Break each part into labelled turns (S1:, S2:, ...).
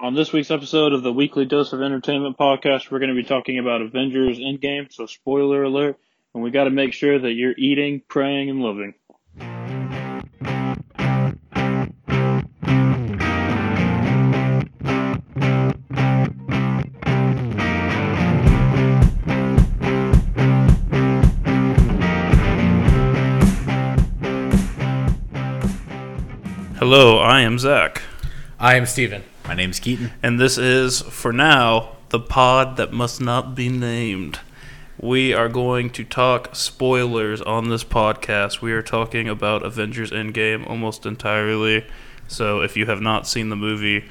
S1: On this week's episode of the Weekly Dose of Entertainment podcast, we're going to be talking about Avengers Endgame, so spoiler alert, and we got to make sure that you're eating, praying, and loving. Hello, I am Zach,
S2: I am Steven.
S3: My name's Keaton.
S1: and this is, for now, the pod that must not be named. We are going to talk spoilers on this podcast. We are talking about Avengers Endgame almost entirely, so if you have not seen the movie,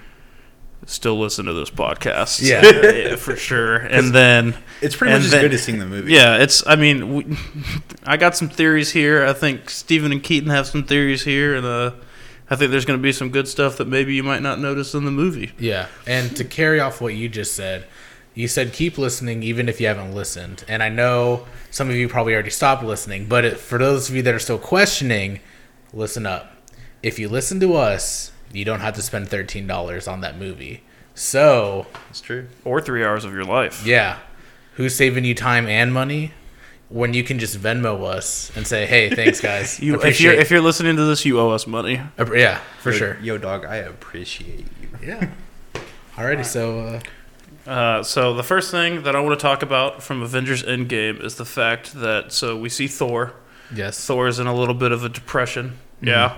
S1: still listen to this podcast.
S2: Yeah.
S1: Yeah, for sure. And then.
S3: It's pretty
S1: And
S3: much
S1: then-
S3: as good as seeing the movie.
S1: Yeah, it's. I mean, we, I got some theories here. I think Stephen and Keaton have some theories here, and uh, I think there's going to be some good stuff that maybe you might not notice in the movie.
S2: Yeah, and to carry off what you just said, you said keep listening even if you haven't listened. And I know some of you probably already stopped listening, but it, for those of you that are still questioning, listen up. If you listen to us, you don't have to spend $13 on that movie. So,
S3: It's true.
S1: Or three hours of your life.
S2: yeah, who's saving you time and money? When you can just Venmo us and say, "Hey, thanks, guys."
S1: You, if
S2: Appreciate-
S1: you're if you're listening to this, you owe us money.
S2: App- yeah, for
S3: Yo-
S2: sure.
S3: Yo, dog, I appreciate you.
S2: Yeah. Alrighty, so uh,
S1: Uh, so the first thing that I want to talk about from Avengers Endgame is the fact that so we see Thor.
S2: yes,
S1: Thor is in a little bit of a depression. Yeah.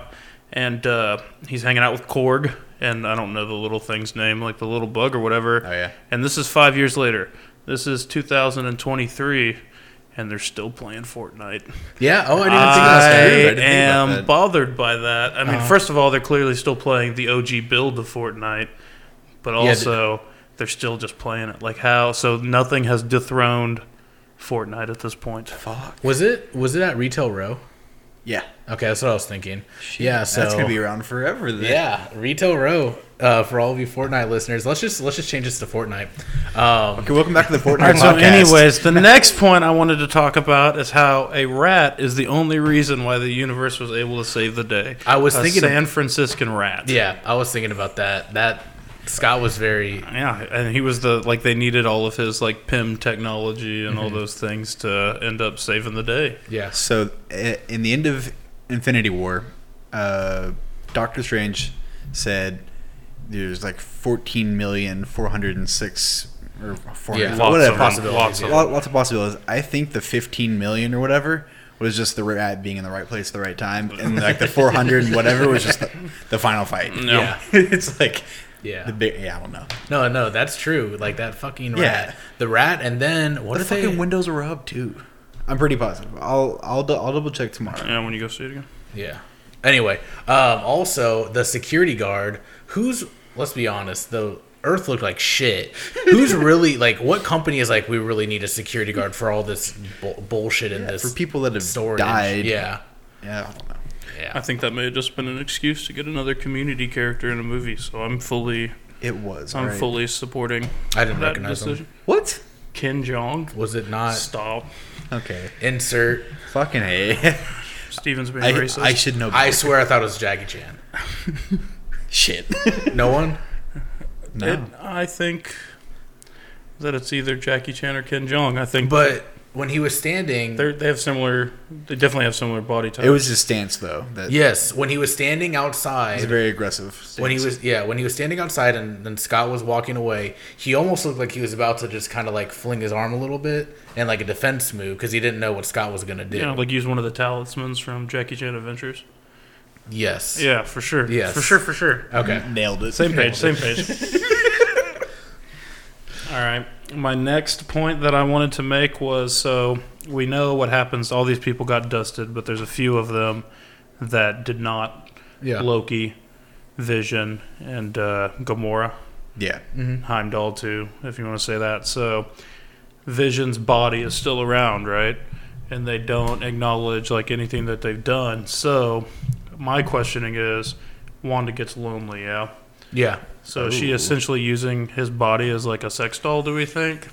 S1: And uh, he's hanging out with Korg, and I don't know the little thing's name, like the little bug or whatever.
S3: Oh, yeah.
S1: And this is five years later. This is 2023, and they're still playing Fortnite.
S2: yeah. Oh, I didn't think of
S1: I
S2: that.
S3: weird. I didn't think about
S1: am
S3: that.
S1: bothered by that. I mean, first of all, they're clearly still playing the OG build of Fortnite, but
S2: th-
S1: also they're still just playing it. Like how? So nothing has dethroned Fortnite at this point.
S3: Fuck.
S2: Was it was it at Retail Row?
S3: Yeah.
S2: Okay, that's what I was thinking. yeah, so
S3: That's gonna be around forever. Then.
S2: yeah, Retail Row. Uh, for all of you Fortnite listeners, let's just let's just change this to Fortnite. Um,
S3: Okay, welcome back to the Fortnite
S1: All right, so,
S3: podcast.
S1: anyways, the next point I wanted to talk about is how a rat is the only reason why the universe was able to save the day.
S2: I was
S1: a
S2: thinking of-
S1: San Franciscan rat.
S2: yeah, I was thinking about that. That Scott was very
S1: Yeah, and he was the like they needed all of his like PIM technology and all those things to end up saving the day.
S2: yes.
S3: So, i- in the end of Infinity War, uh, Doctor Strange said there's like 14,406 or 400,
S2: Yeah.
S1: Lots
S3: whatever.
S1: of
S2: possibilities,
S1: Lots of
S2: yeah.
S1: them.
S3: Lot- Lots of possibilities. I think the 15 million or whatever was just the rat being in the right place at the right time, and like the 400 and whatever was just the, the final fight.
S1: No.
S2: Yeah.
S3: it's like
S2: Yeah.
S3: the big. Yeah, I don't know.
S2: No, no, that's true. Like that fucking rat,
S3: Yeah.
S2: the rat, and then what
S3: The
S2: if they?
S3: fucking windows were up too. I'm pretty positive. I'll I'll dou- I'll double check tomorrow.
S1: Yeah, when you go see it again.
S2: yeah. Anyway, um, also the security guard, who's let's be honest, the Earth looked like shit. Who's really like? What company is like? We really need a security guard for all this bull bullshit in this
S3: For people that have
S2: storage.
S3: died.
S2: Yeah.
S3: Yeah, I don't know.
S1: I
S2: Yeah.
S1: think that may have just been an excuse to get another community character in a movie. So I'm fully,
S3: It was.
S1: I'm
S3: right.
S1: fully supporting
S2: I didn't
S1: that
S2: recognize
S1: decision.
S2: him.
S3: What?
S1: Ken Jong,
S2: Was it not
S1: stop.
S3: Okay.
S2: insert?
S3: Fucking hey.
S1: Steven's being
S3: I,
S1: racist.
S3: I should know.
S2: I
S3: better.
S2: swear I thought it was Jackie Chan.
S3: Shit.
S2: No one?
S3: no.
S1: It, I think that it's either Jackie Chan or Ken Jong. I think,
S2: But when he was standing
S1: they're, they have similar. They definitely have similar body types.
S3: It was his stance though. That yeah.
S2: Yes, when he was standing
S3: It was
S2: outside
S3: very aggressive.
S2: when he
S3: stance.
S2: was yeah, when he was standing outside and then Scott was walking away, he almost looked like he was about to just kind of like fling his arm a little bit and like a defense move because he didn't know what Scott was gonna do.
S1: you know, like use one of the talismans from Jackie Chan Adventures.
S2: yes.
S1: Yeah, for sure.
S2: Yes.
S1: for sure, for sure.
S2: Okay.
S3: nailed it.
S1: Same page, same page. All right. My next point that I wanted to make was so we know what happens. All these people got dusted, but there's a few of them that did not.
S2: Yeah.
S1: Loki, Vision, and uh, Gamora.
S3: Yeah.
S1: Heimdall too, if you want to say that. So Vision's body is still around, right? And they don't acknowledge like anything that they've done. So my questioning is Wanda gets lonely, yeah.
S2: Yeah.
S1: So is she essentially using his body as like a sex doll, do we think?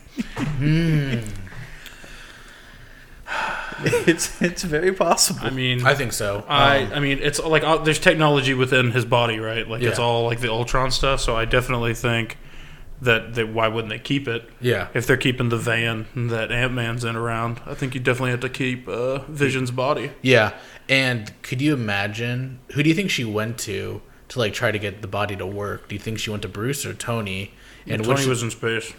S3: It's it's very possible.
S1: I mean,
S2: I think so.
S1: I,
S2: Um,
S1: I mean, it's like uh, there's technology within his body, right? Like it's
S2: Yeah.
S1: all like the Ultron stuff. So I definitely think that they, why wouldn't they keep it
S2: yeah.
S1: if they're keeping the van that Ant Man's in around? I think you definitely have to keep uh, Vision's body.
S2: Yeah. And could you imagine who do you think she went to to like try to get the body to work? Do you think she went to Bruce or Tony?
S1: And
S2: And
S1: Tony
S2: which,
S1: was in space.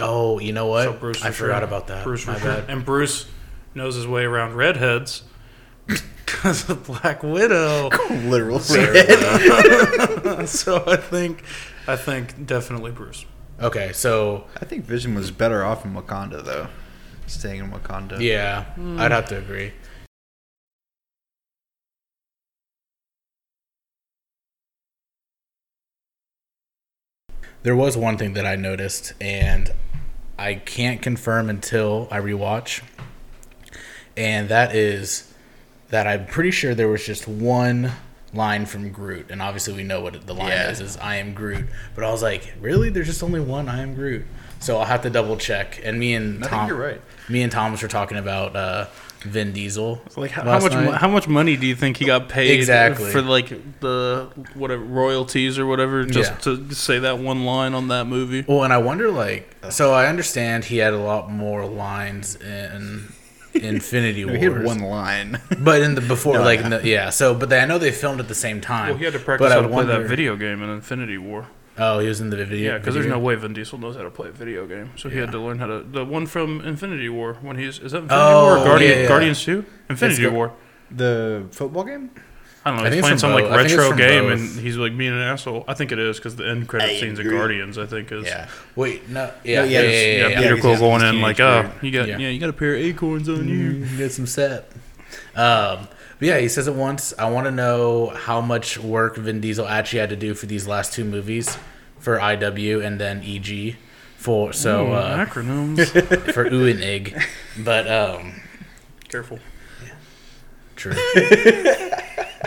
S2: oh, you know what?
S1: So Bruce
S2: I
S1: for
S2: forgot
S1: sure.
S2: about that.
S1: Bruce for
S2: My
S1: sure.
S2: bad.
S1: And Bruce knows his way around redheads because of Black Widow.
S3: Literal.
S1: so I think, I think definitely Bruce.
S2: Okay, so
S3: I think Vision was better off in Wakanda though. Staying in Wakanda.
S2: yeah,
S3: Hmm.
S2: I'd have to agree. There was one thing that I noticed, and I can't confirm until I rewatch, and that is that I'm pretty sure there was just one line from Groot, and obviously we know what the line
S3: Yeah.
S2: is: is "I am Groot." But I was like, really? There's just only one "I am Groot." So I'll have to double check. And me and
S3: I think
S2: Tom,
S3: you're right.
S2: Me and Thomas were talking about uh, Vin Diesel.
S1: Like how, how
S2: last
S1: much
S2: night.
S1: mo- how much money do you think he got paid
S2: Exactly.
S1: for like the whatever royalties or whatever just
S2: Yeah.
S1: to say that one line on that movie?
S2: Well, and I wonder, like, so I understand he had a lot more lines in Infinity Wars,
S3: We had one line.
S2: but in the before,
S3: No,
S2: like,
S3: yeah.
S2: in the, yeah. So, but they, I know they filmed at the same time.
S1: Well, he had to practice
S2: but
S1: how
S2: I
S1: to play that
S2: wonder-
S1: video game in Infinity War.
S2: Oh, he was in the video.
S1: Yeah, because there's no
S2: video?
S1: way Vin Diesel knows how to play a video game, so he had to learn how to. The one from Infinity War when he's is that Infinity
S2: Oh,
S1: War or Guardian,
S2: yeah, yeah.
S1: Guardians Two Infinity
S2: It's gu-
S1: War.
S3: the football game?
S1: I don't know.
S2: I
S1: He's
S2: think
S1: playing
S2: it's
S1: some
S2: from
S1: like
S2: both. I think it's
S1: retro
S2: from
S1: game,
S2: both.
S1: and he's like being an asshole. I think it is because the end credit scenes of
S3: agree.
S1: Guardians, I think, is
S2: Yeah. Wait. No. Yeah. yeah,
S3: No, yeah,
S2: yeah,
S3: it's-
S2: yeah,
S1: yeah,
S2: yeah,
S1: Peter
S3: he's
S1: Quill
S3: got this
S1: going in
S3: huge
S1: like,
S3: beard.
S1: oh, you got
S2: Yeah.
S1: yeah, you got a pair of acorns on you.
S2: You Mm, get some sap. Um, but yeah, he says it once. I want to know how much work Vin Diesel actually had to do for these last two movies, for IW and then EG, for so uh,
S1: acronyms.
S2: for ooh and ig. But um,
S1: Careful.
S2: true.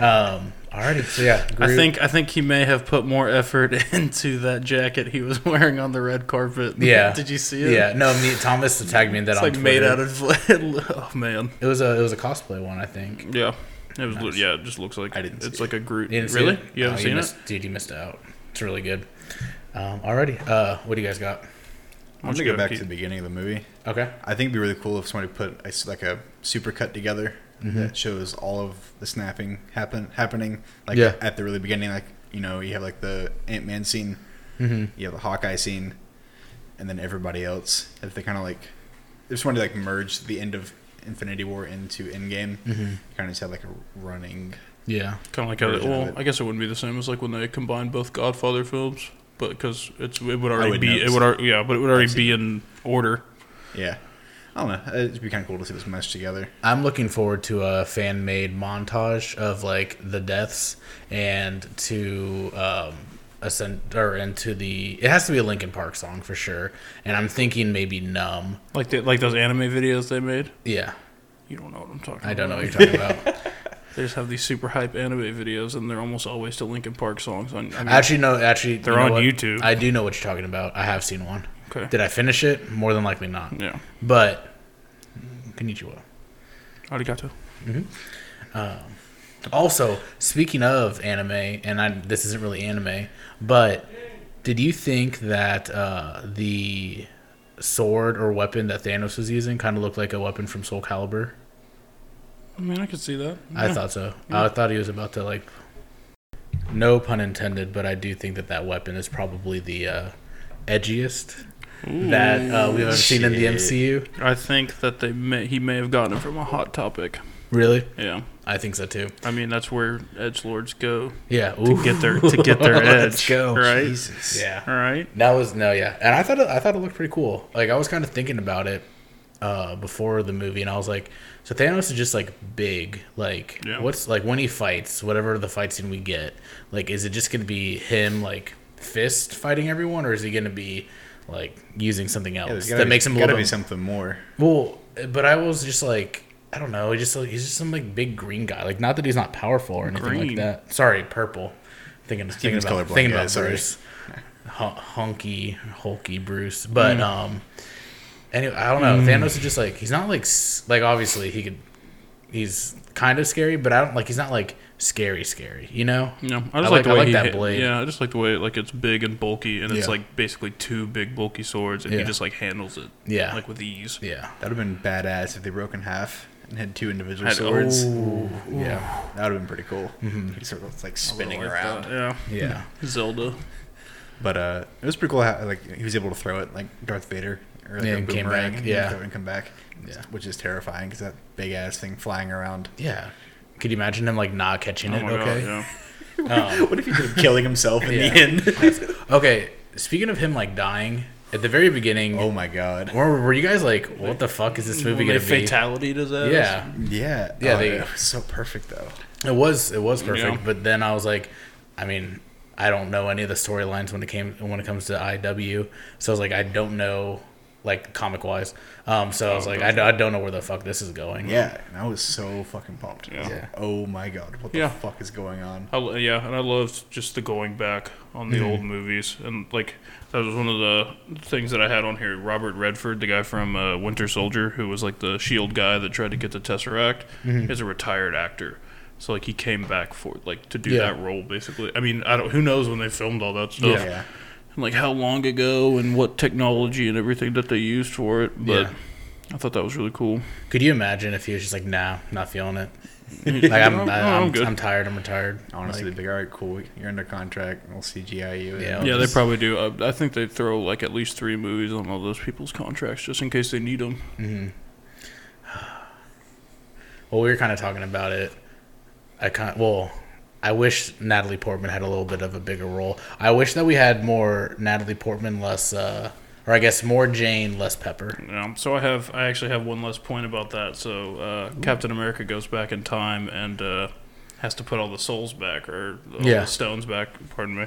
S2: um, alrighty. So yeah,
S1: I
S2: Groot-
S1: think I think he may have put more effort into that jacket he was wearing on the red carpet.
S2: Yeah.
S1: Did you see it?
S2: Yeah. No, me Thomas tagged me in that.
S1: It's
S2: on
S1: like made
S2: Twitter.
S1: out of. oh man.
S2: It was a it was a cosplay one, I think.
S1: Yeah. It was. lit Yeah. It just looks like.
S3: I didn't
S1: It's
S3: see
S1: like a Groot.
S2: You didn't see
S1: really?
S2: it?
S1: You haven't
S2: Oh,
S1: seen
S2: missed,
S1: it?
S2: dude. You missed out. It's really good. Um, alrighty. Uh, what do you guys got?
S3: I'm gonna go back to the beginning of the movie.
S2: Okay.
S3: I think it'd be really cool if somebody put a s like a super cut together
S2: Mm-hmm.
S3: that shows all of the snapping happen happening like
S2: Yeah.
S3: at the really beginning. Like you know, you have like the Ant Man scene,
S2: Mhm.
S3: you have the Hawkeye scene, and then everybody else. If they kind of like, they just wanted to like merge the end of Infinity War into Endgame.
S2: Mm-hmm.
S3: Kind of just had like a running.
S2: Yeah.
S1: Kind of like how. They,
S3: version of
S1: well,
S3: it.
S1: I guess it wouldn't be the same as like when they combined both Godfather films, but because it's it would already
S3: would
S1: be it
S3: notice.
S1: would already, yeah, but it would already
S3: I've
S1: be in order.
S3: Yeah, I don't know. It'd be kind of cool to see this meshed together.
S2: I'm looking forward to a fan made montage of like the deaths and to um ascend or into the it has to be a Linkin Park song for sure. And I'm thinking maybe numb.
S1: Like the, like those anime videos they made.
S2: Yeah.
S1: You don't know what I'm talking. about.
S2: I don't know what you're talking about.
S1: They just have these super hype anime videos, and they're almost always to Linkin Park songs. On, I mean,
S2: Actually no actually
S1: They're
S2: know
S1: on
S2: what?
S1: YouTube.
S2: I do know what you're talking about. I have seen one.
S1: okay.
S2: Did I finish it? More than likely not.
S1: yeah.
S2: But Konnichiwa.
S1: Arigato.
S2: Also, speaking of anime, and I, this isn't really anime, but did you think that uh, the sword or weapon that Thanos was using kind of looked like a weapon from Soul Calibur?
S1: I mean, I could see that.
S2: I
S1: Yeah.
S2: thought so.
S1: Yeah.
S2: I thought he was about to like. No pun intended, but I do think that that weapon is probably the uh, edgiest that uh, we've ever seen in the
S3: Shit.
S2: MCU.
S1: I think that they may he may have gotten it from a hot topic.
S2: Really,
S1: Yeah,
S2: I think so too.
S1: I mean that's where edge lords go
S2: Yeah,
S1: to get their to get their edge.
S2: Let's go.
S1: Right.
S3: Jesus.
S2: Yeah,
S1: All right.
S2: That was no, yeah, and I thought it, I thought it looked pretty cool. Like I was kind of thinking about it uh, before the movie, and I was like, so Thanos is just like big. Like
S1: Yeah.
S2: what's like when he fights, whatever the fight scene we get, like is it just gonna be him like fist fighting everyone, or is he gonna be like using something
S3: Yeah,
S2: else
S3: there's gotta
S2: that
S3: be-
S2: makes him a
S3: gotta
S2: little
S3: be
S2: bit
S3: something more.
S2: well, but I was just like, I don't know. He just like, he's just some like big green guy. Like, not that he's not powerful or anything
S1: Green.
S2: like that. Sorry, purple. Thinking, thinking
S3: Steven's
S2: about
S3: colorblind,
S2: thinking
S3: yeah,
S2: about
S3: sorry.
S1: Mm.
S2: Bruce, Hu- hunky, hulky Bruce. But um, Anyway, I don't know. Thanos is just like he's not like s- like obviously he could. He's kind of scary, but I don't like. He's not like scary, scary. You know.
S1: Yeah, I just
S2: I
S1: like,
S2: like-
S1: the
S2: I
S1: way
S2: like
S1: he
S2: that
S1: hit-
S2: blade.
S1: Yeah, I just like the way like it's big and bulky, and it's
S3: Yeah.
S1: like basically two big bulky swords, and
S2: Yeah.
S1: he just like handles it.
S2: Yeah.
S1: like with ease.
S2: Yeah.
S3: That would have been badass if they broke in half and had two individual
S1: Had-
S3: swords.
S2: Ooh. Mm-hmm.
S3: Yeah, that would have been pretty cool. It's sort of like spinning
S1: Like
S3: around.
S1: that, Yeah,
S2: Yeah.
S1: Zelda. Oh
S3: But uh, it was pretty cool how like he was able to throw it like Darth Vader or like
S2: Yeah,
S3: a
S2: and came
S3: boomerang
S2: back,
S3: and
S2: yeah.
S3: throw it and come back.
S2: Yeah.
S3: which is terrifying because that big ass thing flying around.
S2: Yeah. Could you imagine him like not catching
S1: Oh
S2: it?
S1: my god.
S2: Okay.
S1: Yeah.
S3: what if he ended up killing himself in
S2: Um, Yeah.
S3: the end?
S2: Okay. Speaking of him like dying at the very beginning,
S3: oh my god.
S2: were, were you guys like, "What the fuck is this movie
S1: When
S2: gonna
S1: they
S2: be?"
S1: fatality does that.
S2: Yeah.
S3: Yeah,
S2: Yeah,
S3: Oh,
S2: they-
S3: it was so perfect though.
S2: It was it was perfect,
S1: Yeah.
S2: but then I was like, I mean, I don't know any of the storylines when it came when it comes to IW, so I was like, I don't know, like comic wise. Um, so I was like, I, I don't know where the fuck this is going.
S3: Yeah, and I was so fucking pumped. I was
S1: Yeah.
S3: like, oh my god, what the
S1: Yeah.
S3: fuck is going on?
S1: I, lo- yeah, and I loved just the going back on the old movies, and like that was one of the things that I had on here. Robert Redford, the guy from uh, Winter Soldier, who was like the Shield E guy that tried to get the Tesseract,
S2: Mm-hmm.
S1: is a retired actor. So like he came back for like to do
S2: Yeah.
S1: that role basically. I mean, I don't. Who knows when they filmed all that stuff?
S3: Yeah.
S1: And like how long ago and what technology and everything that they used for it. But
S2: Yeah.
S1: I thought that was really cool.
S2: Could you imagine if he was just like, nah, not feeling it? Like I'm,
S1: "Oh, No, no,
S2: I,
S1: I'm
S2: I'm,
S1: good.
S2: I'm, tired. I'm retired.
S3: Honestly,
S2: Like,
S3: they'd be like, all right, cool. You're under contract. We'll CGI you.
S2: Yeah.
S1: Yeah,
S3: yeah.
S1: they probably do. Uh, I, I think they throw like at least three movies on all those people's contracts just in case they need them.
S2: well, we were kind of talking about it. I kind well, I wish Natalie Portman had a little bit of a bigger role. I wish that we had more Natalie Portman, less, uh, or I guess more Jane, less Pepper.
S1: Um, so I have, I actually have one last point about that. So uh, Captain America goes back in time and uh, has to put all the souls back or all
S2: Yeah.
S1: the stones back. Pardon me.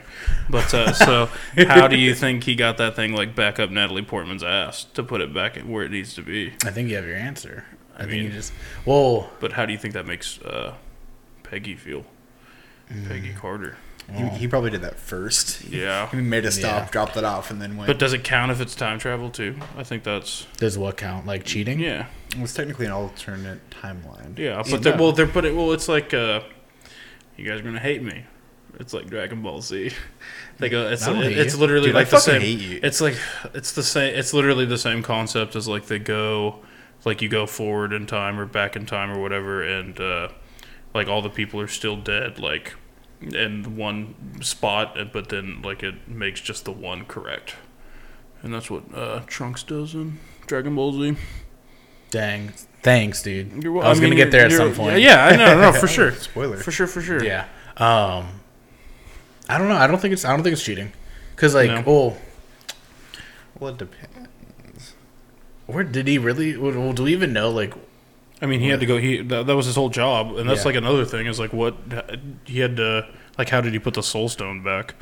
S1: But uh, so, how do you think he got that thing like back up Natalie Portman's ass to put it back where it needs to be?
S2: I think you have your answer. I, think you
S1: mean-
S2: just well,
S1: But how do you think that makes uh, Peggy feel? Peggy Carter.
S3: He, he probably did that first.
S1: Yeah.
S3: He made a stop,
S2: Yeah.
S3: dropped it off, and then went.
S1: But does it count if it's time travel too? I think that's
S2: does what count? Like cheating?
S1: yeah.
S3: it was technically an alternate timeline.
S1: Yeah,
S3: Yeah.
S1: but they're well, they're but it, well, it's like uh, you guys are gonna hate me. It's like Dragon Ball Z. They go. It's
S2: I don't hate
S1: it's
S2: you.
S1: literally
S3: Dude, I
S1: like the same.
S3: fucking hate you.
S1: It's like it's the same. It's literally the same concept as like they go, like you go forward in time or back in time or whatever, and uh, like all the people are still dead, like in one spot, and- but then like it makes just the one correct, and that's what uh, Trunks does in Dragon Ball Z.
S2: Dang. Thanks, dude.
S1: You're wel-
S2: I was gonna
S1: mean,
S2: get there at
S1: you're-
S2: some point.
S1: Yeah, I know, no, for sure.
S3: Spoiler.
S1: For sure, for sure.
S2: Yeah. Um, I don't know. I don't think it's. I don't think it's cheating. Cause like,
S1: No.
S2: well,
S3: Well, it depends.
S2: where did he really? Well, do we even know? Like,
S1: I mean, he had to go. He that, that was his whole job, and that's
S2: Yeah.
S1: like another thing is like what he had to like. How did he put the soul stone back?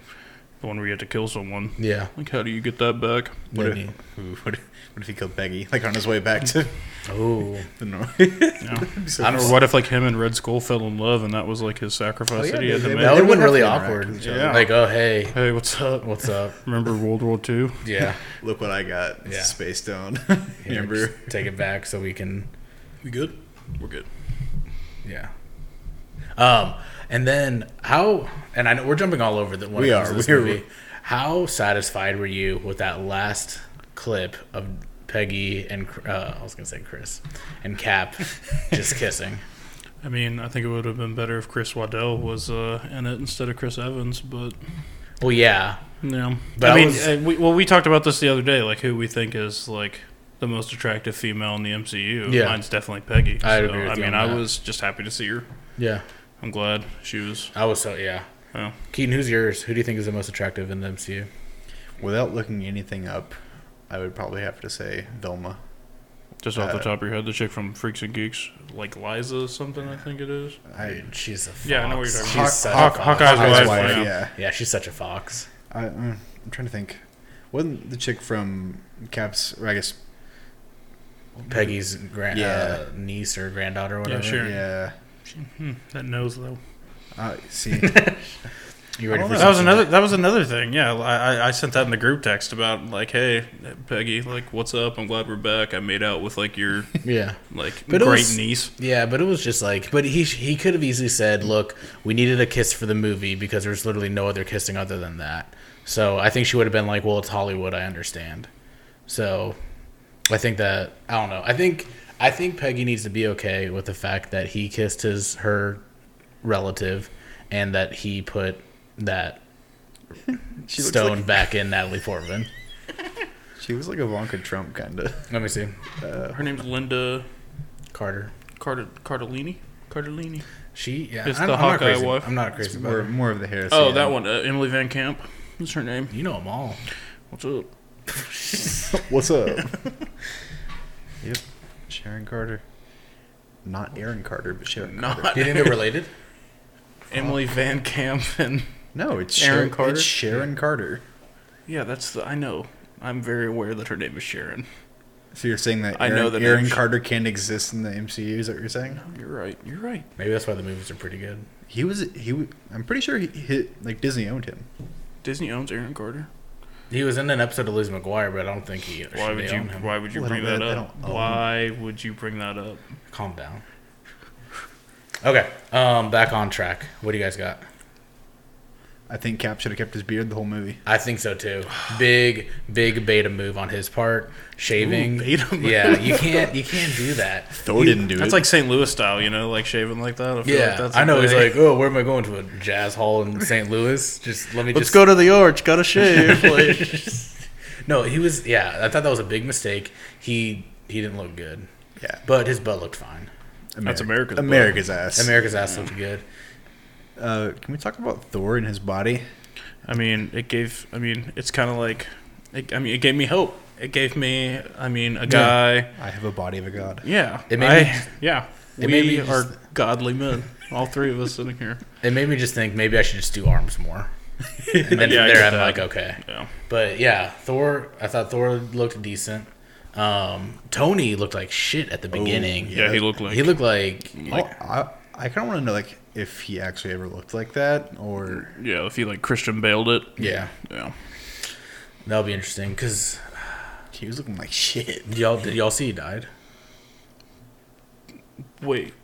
S1: The one where you had to kill someone.
S2: yeah.
S1: Like, how do you get that back?
S3: What if,
S2: Maybe.
S3: ooh, what, if, what if he killed Peggy, like on his way back to
S2: Oh,
S3: the north?
S1: I don't know. What if like him and Red Skull fell in love, and that was like his sacrifice
S3: Oh, yeah,
S1: that he had
S3: they-
S1: to
S3: they-
S1: make?
S2: that would have been
S3: wouldn't have
S2: really
S3: to interact
S2: awkward.
S3: with each other.
S1: Yeah.
S2: Like, oh hey,
S1: Hey, what's up?
S2: what's up?
S1: Remember World War II?
S2: Yeah.
S3: Look what I got. It's
S2: Yeah.
S3: a space stone.
S2: Here,
S3: Remember?
S2: just Take it back so we can.
S1: We good? We're good.
S2: Yeah. Um, and then how? And I know we're jumping all over the. When
S3: We
S2: it comes
S3: are,
S2: to this
S3: we are.
S2: movie. How satisfied were you with that last clip of Peggy and Cr- uh, I was gonna say Chris and Cap just kissing?
S1: I mean, I think it would have been better if Chris Waddell was uh, in it instead of Chris Evans, but
S2: Well, yeah,
S1: Yeah,
S2: But
S1: I
S2: I
S1: mean,
S2: was-
S1: uh, we, well, we talked about this the other day, like who we think is like the most attractive female in the MCU.
S2: Yeah.
S1: mine's definitely Peggy.
S2: I agree with
S1: I
S2: you
S1: mean,
S2: on
S1: I
S2: that.
S1: was just happy to see her.
S2: yeah.
S1: I'm glad she was.
S2: I was so yeah.
S1: Oh.
S2: Keaton, who's yours? Who do you think is the most attractive in the MCU?
S3: Without looking anything up, I would probably have to say Velma.
S1: Just off the
S3: Uh,
S1: top of your head, the chick from Freaks and Geeks, like Liza something, I think it is.
S3: I,
S2: she's a fox.
S1: Yeah, I know what you're talking
S2: She's
S1: about.
S2: such
S1: Hawk-
S2: a fox.
S1: Hawkeye's wife,
S3: Hawkeye's wife,
S1: yeah.
S3: yeah.
S2: Yeah, she's such a fox.
S3: I, mm, I'm trying to think. Wasn't the chick from Caps, or I guess,
S2: Peggy's grand
S3: Yeah.
S2: uh, niece or granddaughter or whatever.
S1: sure. Karen.
S3: yeah.
S1: That nose though.
S3: Uh, see,
S2: You ready
S3: I
S1: That
S2: for
S3: don't
S1: was
S2: something?
S1: another. That was another thing. Yeah, I, I- I sent that in the group text about like, hey, Peggy, like, what's up? I'm glad we're back. I made out with like your
S2: Yeah.
S1: like
S2: But it
S1: great
S2: was-
S1: niece.
S2: Yeah, but it was just like, but he he could have easily said, "Look, we needed a kiss for the movie because there's literally no other kissing other than that." So I think she would have been like, "Well, it's Hollywood, I understand." So I think that I don't know. I think I think Peggy needs to be okay with the fact that he kissed his her relative, and that he put that
S3: She looks
S2: stone
S3: Like,
S2: back in Natalie Portman.
S3: she looks like Ivanka Trump, kind of.
S2: Let me see,
S1: Her name's Linda
S2: Carter.
S1: Card- Cardellini. Cardellini.
S2: She yeah,
S1: It's
S2: I'm,
S1: the
S2: I'm not
S1: Hawkeye
S2: crazy.
S1: wife.
S2: I'm not crazy about
S3: More,
S2: her.
S3: more of the hair.
S1: Oh,
S3: yeah.
S1: that one. Uh, Emily Van Camp. What's her name?
S2: You know them all.
S1: What's up?
S3: What's up? yep, Sharon Carter. Not Aaron Carter, but Sharon. Carter.
S1: Not
S2: Do you think they're related?
S1: Emily Van Camp and
S3: No, it's
S1: Aaron
S3: Sharon
S1: Carter?
S3: It's Sharon Carter.
S1: yeah, that's the. I know. I'm very aware that her name is Sharon.
S3: So you're saying that
S1: I
S3: Aaron,
S1: know that
S3: Aaron
S1: it's-
S3: Carter can't exist in the MCU? Is that what you're saying?
S1: You're right. You're right.
S2: Maybe that's why the movies are pretty good.
S3: He was he. w- I'm pretty sure he hit like Disney owned him.
S1: Disney owns Aaron Carter.
S2: He was in an episode of Lizzie McGuire, but I don't think he.
S1: Why would you?
S2: Him.
S1: Why would you
S3: Well,
S1: bring
S3: they don't-
S1: that
S3: they
S1: up?
S3: don't own-
S1: Why would you bring that up?
S2: Calm down. Okay, um, back on track. What do you guys got?
S3: I think Cap should have kept his beard the whole movie.
S2: I think so too. Big, big beta move on his part. Shaving.
S1: Ooh, beta move.
S2: Yeah, you can't. You can't do that.
S3: Thor didn't do
S1: That's like St. Louis style, you know, like shaving like that. I feel like
S2: Yeah,
S1: that's
S2: I know.
S1: a
S2: He's
S1: thing.
S2: like, oh, where am I going to a jazz hall in St. Louis? Just let me.
S1: let's
S2: just
S1: go to the arch, gotta shave. like,
S2: No, he was. Yeah, I thought that was a big mistake. He he didn't look good,
S3: yeah,
S2: but his butt looked fine.
S1: That's America's butt.
S3: America's ass.
S2: America's ass
S1: Mm.
S2: looked good.
S3: uh, can we talk about Thor and his body?
S1: I mean, it gave. I mean, it's kind of like. It, I mean, it gave me hope. It gave me. I mean, a guy.
S3: I have a body of a god.
S1: Yeah.
S2: It made me-
S1: I- yeah.
S2: it made
S1: we
S2: me just-
S1: are godly men. All three of us sitting here.
S2: It made me just think maybe I should just do arms more. And then
S1: Yeah, I
S2: there
S1: get
S2: I'm
S1: that.
S2: like, okay.
S1: Yeah.
S2: But yeah, Thor. I thought Thor looked decent. Um, Tony looked like shit at the beginning.
S1: Oh, Yeah, he looked like.
S2: He looked like
S3: oh, I I kind of want to know like if he actually ever looked like that or
S1: yeah, if he like Christian bailed it.
S2: yeah.
S1: Yeah.
S2: That'll be interesting because
S3: he was looking like shit.
S2: y'all did y'all see he died?
S1: Wait.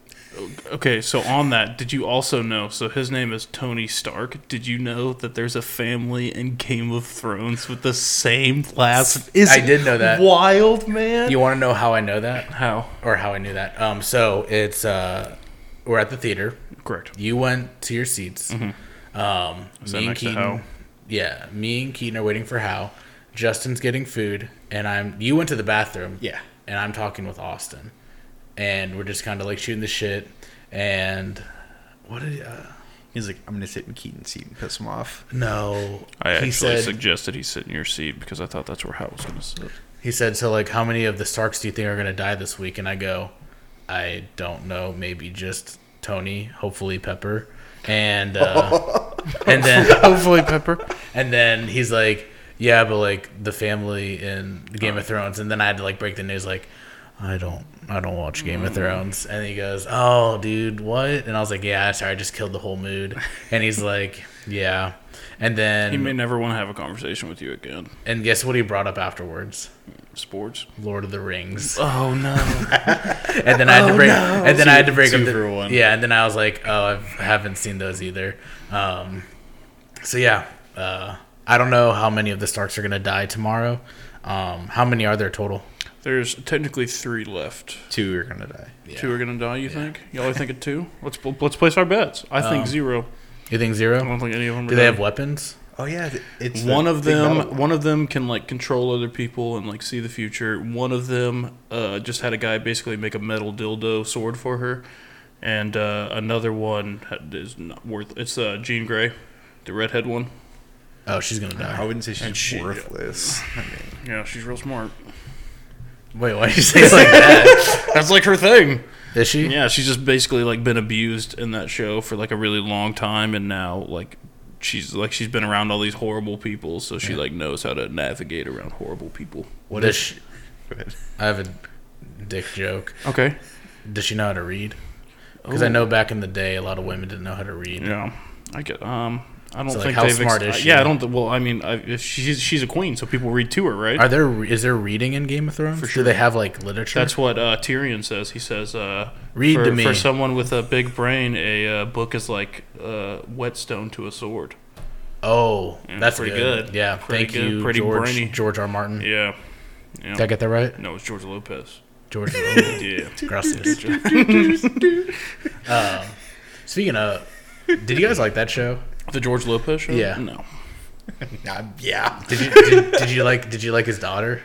S1: Okay, so on that, did you also know? So his name is Tony Stark. Did you know that there's a family in Game of Thrones with the same last? Is
S2: I did know that.
S1: Wild man.
S2: You want to know how I know that
S1: How?
S2: or how I knew that? Um, so it's uh, we're at the theater.
S1: Correct.
S2: You went to your seats. Um,
S1: Mm-hmm. Is that
S2: me and
S1: next to
S2: Keaton,
S1: Hal?
S2: yeah, me and Keaton are waiting for Hal. Justin's getting food, and I'm. You went to the bathroom.
S3: Yeah.
S2: and I'm talking with Austin, and we're just kind of like shooting the shit. And what did uh,
S3: He's like, I'm gonna sit in Keaton's seat and piss him off.
S2: no?
S1: I
S2: he
S1: actually
S2: said
S1: suggested he sit in your seat because I thought that's where Hal was going to sit.
S2: he said so. Like, how many of the Starks do you think are gonna die this week? And I go, I don't know. Maybe just Tony. Hopefully Pepper. And uh, and then
S1: Hopefully, Pepper.
S2: And then he's like, "Yeah, but like the family in Game
S1: Oh.
S2: of Thrones." And then I had to like break the news, like, "I don't, I don't watch Game
S1: Mm.
S2: of Thrones." And he goes, "Oh, dude, what?" And I was like, "Yeah, sorry, I just killed the whole mood." And he's like, "Yeah." And
S1: He
S2: then,
S1: may never want to have a conversation with you again.
S2: and guess what he brought up afterwards?
S1: Sports.
S2: Lord of the Rings.
S1: Oh no.
S2: And then I had to break, and then I had to break
S3: Two
S2: up the,
S3: for one.
S2: yeah. And then I was like, "Oh, I haven't seen those either." Um, So yeah, uh, I don't know how many of the Starks are gonna die tomorrow. Um, how many are there total?
S1: There's technically three left.
S3: Two are gonna die.
S1: Two are going to die. You think? Y'all are thinking two? Let's let's place our bets. I think zero.
S2: You think
S1: I
S2: zero?
S1: don't think any of them. Are
S2: Do they
S1: dying.
S2: have weapons?
S3: Oh yeah, th- it's the
S1: one of
S3: big
S1: them
S3: battle-
S1: one of them can like control other people and like see the future one of them uh, just had a guy basically make a metal dildo sword for her and uh, another one had- is not worth it's uh, jean gray the redhead one
S2: Oh, she's gonna die.
S3: I wouldn't say she's
S1: And she-
S3: worthless. I mean,
S1: yeah she's real smart
S2: Wait, why did you say it like that?
S1: that's like her thing
S2: Is she?
S1: yeah she's just basically like been abused in that show for like a really long time and now like she's like she's been around all these horrible people so she like knows how to navigate around horrible people
S2: What is? She,
S3: go ahead.
S2: I have a dick joke.
S1: okay
S2: Does she know how to read? Because I know back in the day, a lot of women didn't know how to read.
S1: Yeah, I get. Um, I don't
S2: So, like,
S1: think
S2: how
S1: they've.
S2: smart
S1: ex-
S2: is
S1: Yeah,
S2: she?
S1: I don't. th- Well, I mean, I, if she's she's a queen, so people read to her, right?
S2: Are there is there reading in Game of Thrones?
S1: For
S2: Do they have like literature?
S1: That's what uh, Tyrion says. He says, uh,
S2: Read
S1: for,
S2: to me.
S1: For someone with a big brain, a uh, book is like uh, whetstone to a sword.
S2: oh,
S1: Yeah,
S2: that's
S1: Mm, pretty
S2: good.
S1: good.
S2: Yeah,
S1: Pretty
S2: thank
S1: good,
S2: you,
S1: pretty
S2: George
S1: brainy.
S2: George R. Martin.
S1: Yeah. yeah.
S2: Did I get that right?
S1: no, it's George Lopez.
S2: George. Oh,
S1: Yeah.
S2: gracias. Um, speaking of, did you guys like that show?
S1: the George Lopez show?
S2: Yeah.
S1: No.
S3: Nah, yeah.
S2: Did you did, did you like did you like his daughter,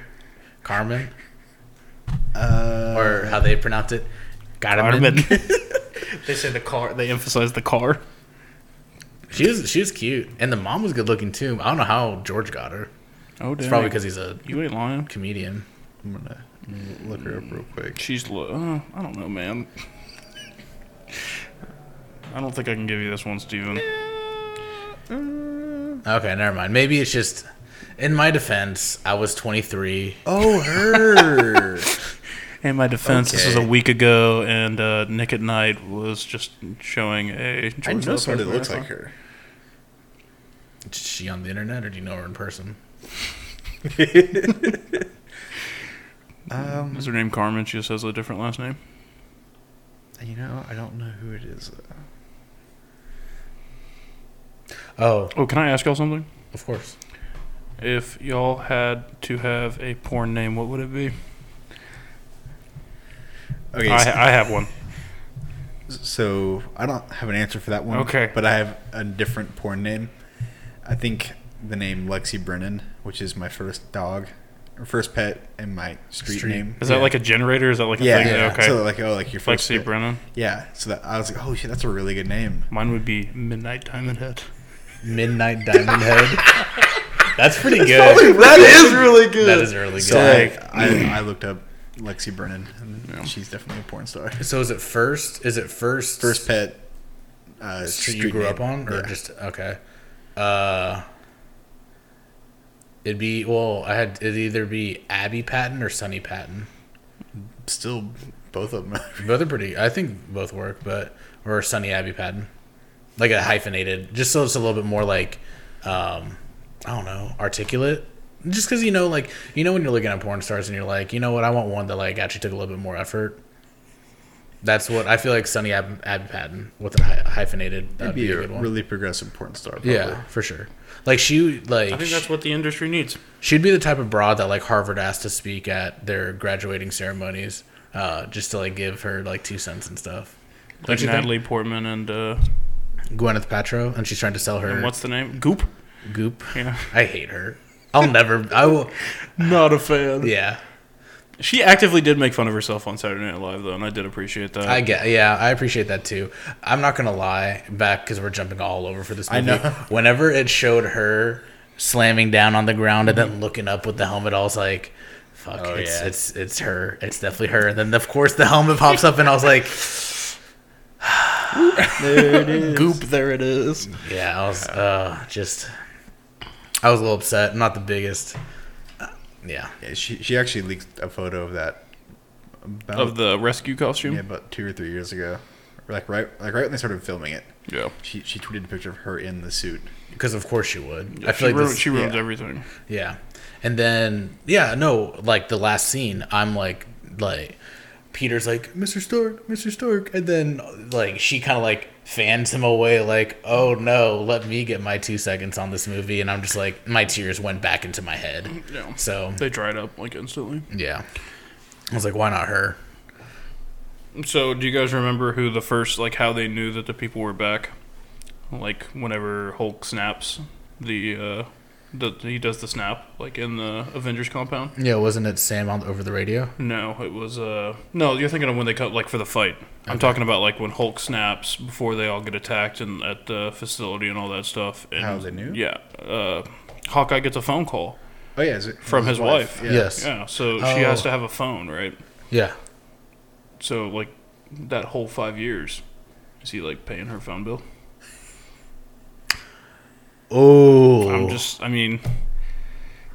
S2: Carmen,
S3: Uh,
S2: or how they pronounce it? Carmen.
S1: they say the car. They emphasize the car.
S2: She was she was cute, and the mom was good looking too. I don't know how George got her.
S1: Oh, damn.
S2: It's probably because he's a
S1: you ain't lying.
S2: comedian.
S3: I'm gonna I'm gonna look her up real quick.
S1: She's. Lo- uh, I don't know, man. I don't think I can give you this one, Steven.
S2: Okay, never mind. Maybe it's just. In my defense, I was 23.
S3: Oh, her.
S1: In my defense, this was a
S3: Okay.
S1: week ago, and uh, Nick at Night was just showing a. George
S3: I know
S1: Lopez
S3: someone that looks
S1: marathon.
S3: like her.
S2: Is she on the internet, or do you know her in person?
S3: Um,
S1: Is her name Carmen? She just has a different last name.
S3: you know, I don't know who it is.
S2: Oh,
S1: Oh, can I ask y'all something?
S2: of course.
S1: If y'all had to have a porn name, what would it be?
S3: Okay,
S1: I,
S3: so-
S1: I have one.
S3: so I don't have an answer for that one.
S1: Okay.
S3: but I have a different porn name. I think the name Lexi Brennan, which is my first dog, or first pet, and my street,
S2: Street.
S3: name.
S1: Is that like a generator? Is that like a
S3: yeah,
S1: thing?
S3: yeah.
S1: Okay.
S3: So like, oh, like your first
S1: Lexi
S3: pet.
S1: Brennan.
S3: Yeah. So that I was like, oh shit, that's a really good name.
S1: Mine would be Midnight Diamond Head.
S2: Midnight Diamond Head. That's pretty good.
S3: that is really good.
S2: that is really good.
S3: So
S2: So,
S3: like, I, I looked up Lexi Brennan, and she's definitely a porn star.
S2: is it first? Is it first?
S3: First pet. Uh,
S2: street you grew
S3: name.
S2: up on, or
S3: Yeah.
S2: just okay? Uh, it'd be well. I had it'd either be Abby Patton or Sunny Patton.
S3: still both of them.
S2: Both are pretty. I think both work, but or Sunny Abby Patton, like a hyphenated, just so it's a little bit more like, um, I don't know, articulate. Just because you know, like you know, when you're looking at porn stars and you're like, you know what, I want one that like actually took a little bit more effort. That's what I feel like. Sunny Ab- Abby Patton with a hy- hyphenated, that'd be, a good one.
S3: really progressive porn star. Probably.
S2: yeah, for sure. Like she, like
S1: I think that's what the industry needs.
S2: She'd be the type of broad that like Harvard asked to speak at their graduating ceremonies, uh, just to like give her like two cents and stuff.
S1: Like
S2: Don't you think?
S1: Natalie Portman and uh,
S2: Gwyneth Paltrow, and she's trying to sell her
S1: and what's the name? Goop.
S2: goop.
S1: Yeah.
S2: I hate her. I'll never. I will.
S1: Not a fan.
S2: Yeah,
S1: She actively did make fun of herself on Saturday Night Live, though, and I did appreciate that.
S2: I get. Yeah, I appreciate that too. I'm not gonna lie. Back because we're jumping all over for this.
S3: I
S2: Movie.
S3: know.
S2: Whenever it showed her slamming down on the ground and then looking up with the helmet, I was like. Fuck,
S3: Oh,
S2: it's,
S3: yeah.
S2: it's it's her. It's definitely her. And then of course the helmet pops up and I was like,
S3: there it is.
S1: Goop, there it is.
S2: Yeah, I was uh, just, I was a little upset. Not the biggest. Uh, yeah,
S3: Yeah, she she actually leaked a photo of that about
S1: Of the rescue costume?
S3: yeah, about two or three years ago, like right like right when they started filming it.
S1: Yeah.
S3: She she tweeted a picture of her in the suit.
S2: because of course she would. I
S1: she,
S2: feel like
S1: ruined,
S2: this-
S1: she ruins
S3: yeah.
S1: everything.
S2: yeah, and then yeah, no, like the last scene, I'm like, like, Peter's like, Mr. Stark, Mr. Stark, and then like she kind of like fans him away, like, oh no, let me get my two seconds on this movie, and I'm just like, my tears went back into my head.
S1: Yeah.
S2: So
S1: They dried up, like, instantly.
S2: yeah, I was like, why not her?
S1: So, do you guys remember who the first, like, how they knew that the people were back? Like, whenever Hulk snaps, the, uh, the, he does the snap, like, in the Avengers compound?
S2: Yeah, wasn't it Sam on over the radio?
S1: No, it was, uh, no, you're thinking of when they cut, like, for the fight. I'm talking about, like, when Hulk snaps before they all get attacked and at the facility and all that stuff. And,
S3: How they knew?
S1: Yeah. Uh, Hawkeye gets a phone call.
S3: Oh yeah, is it,
S1: From his wife.
S3: Yeah.
S2: Yes.
S1: Yeah, so she has
S2: Oh.
S1: to have a phone, right?
S2: Yeah.
S1: So like that whole five years, is he like paying her phone bill?
S2: Oh.
S3: Oh.
S1: I'm just, I mean,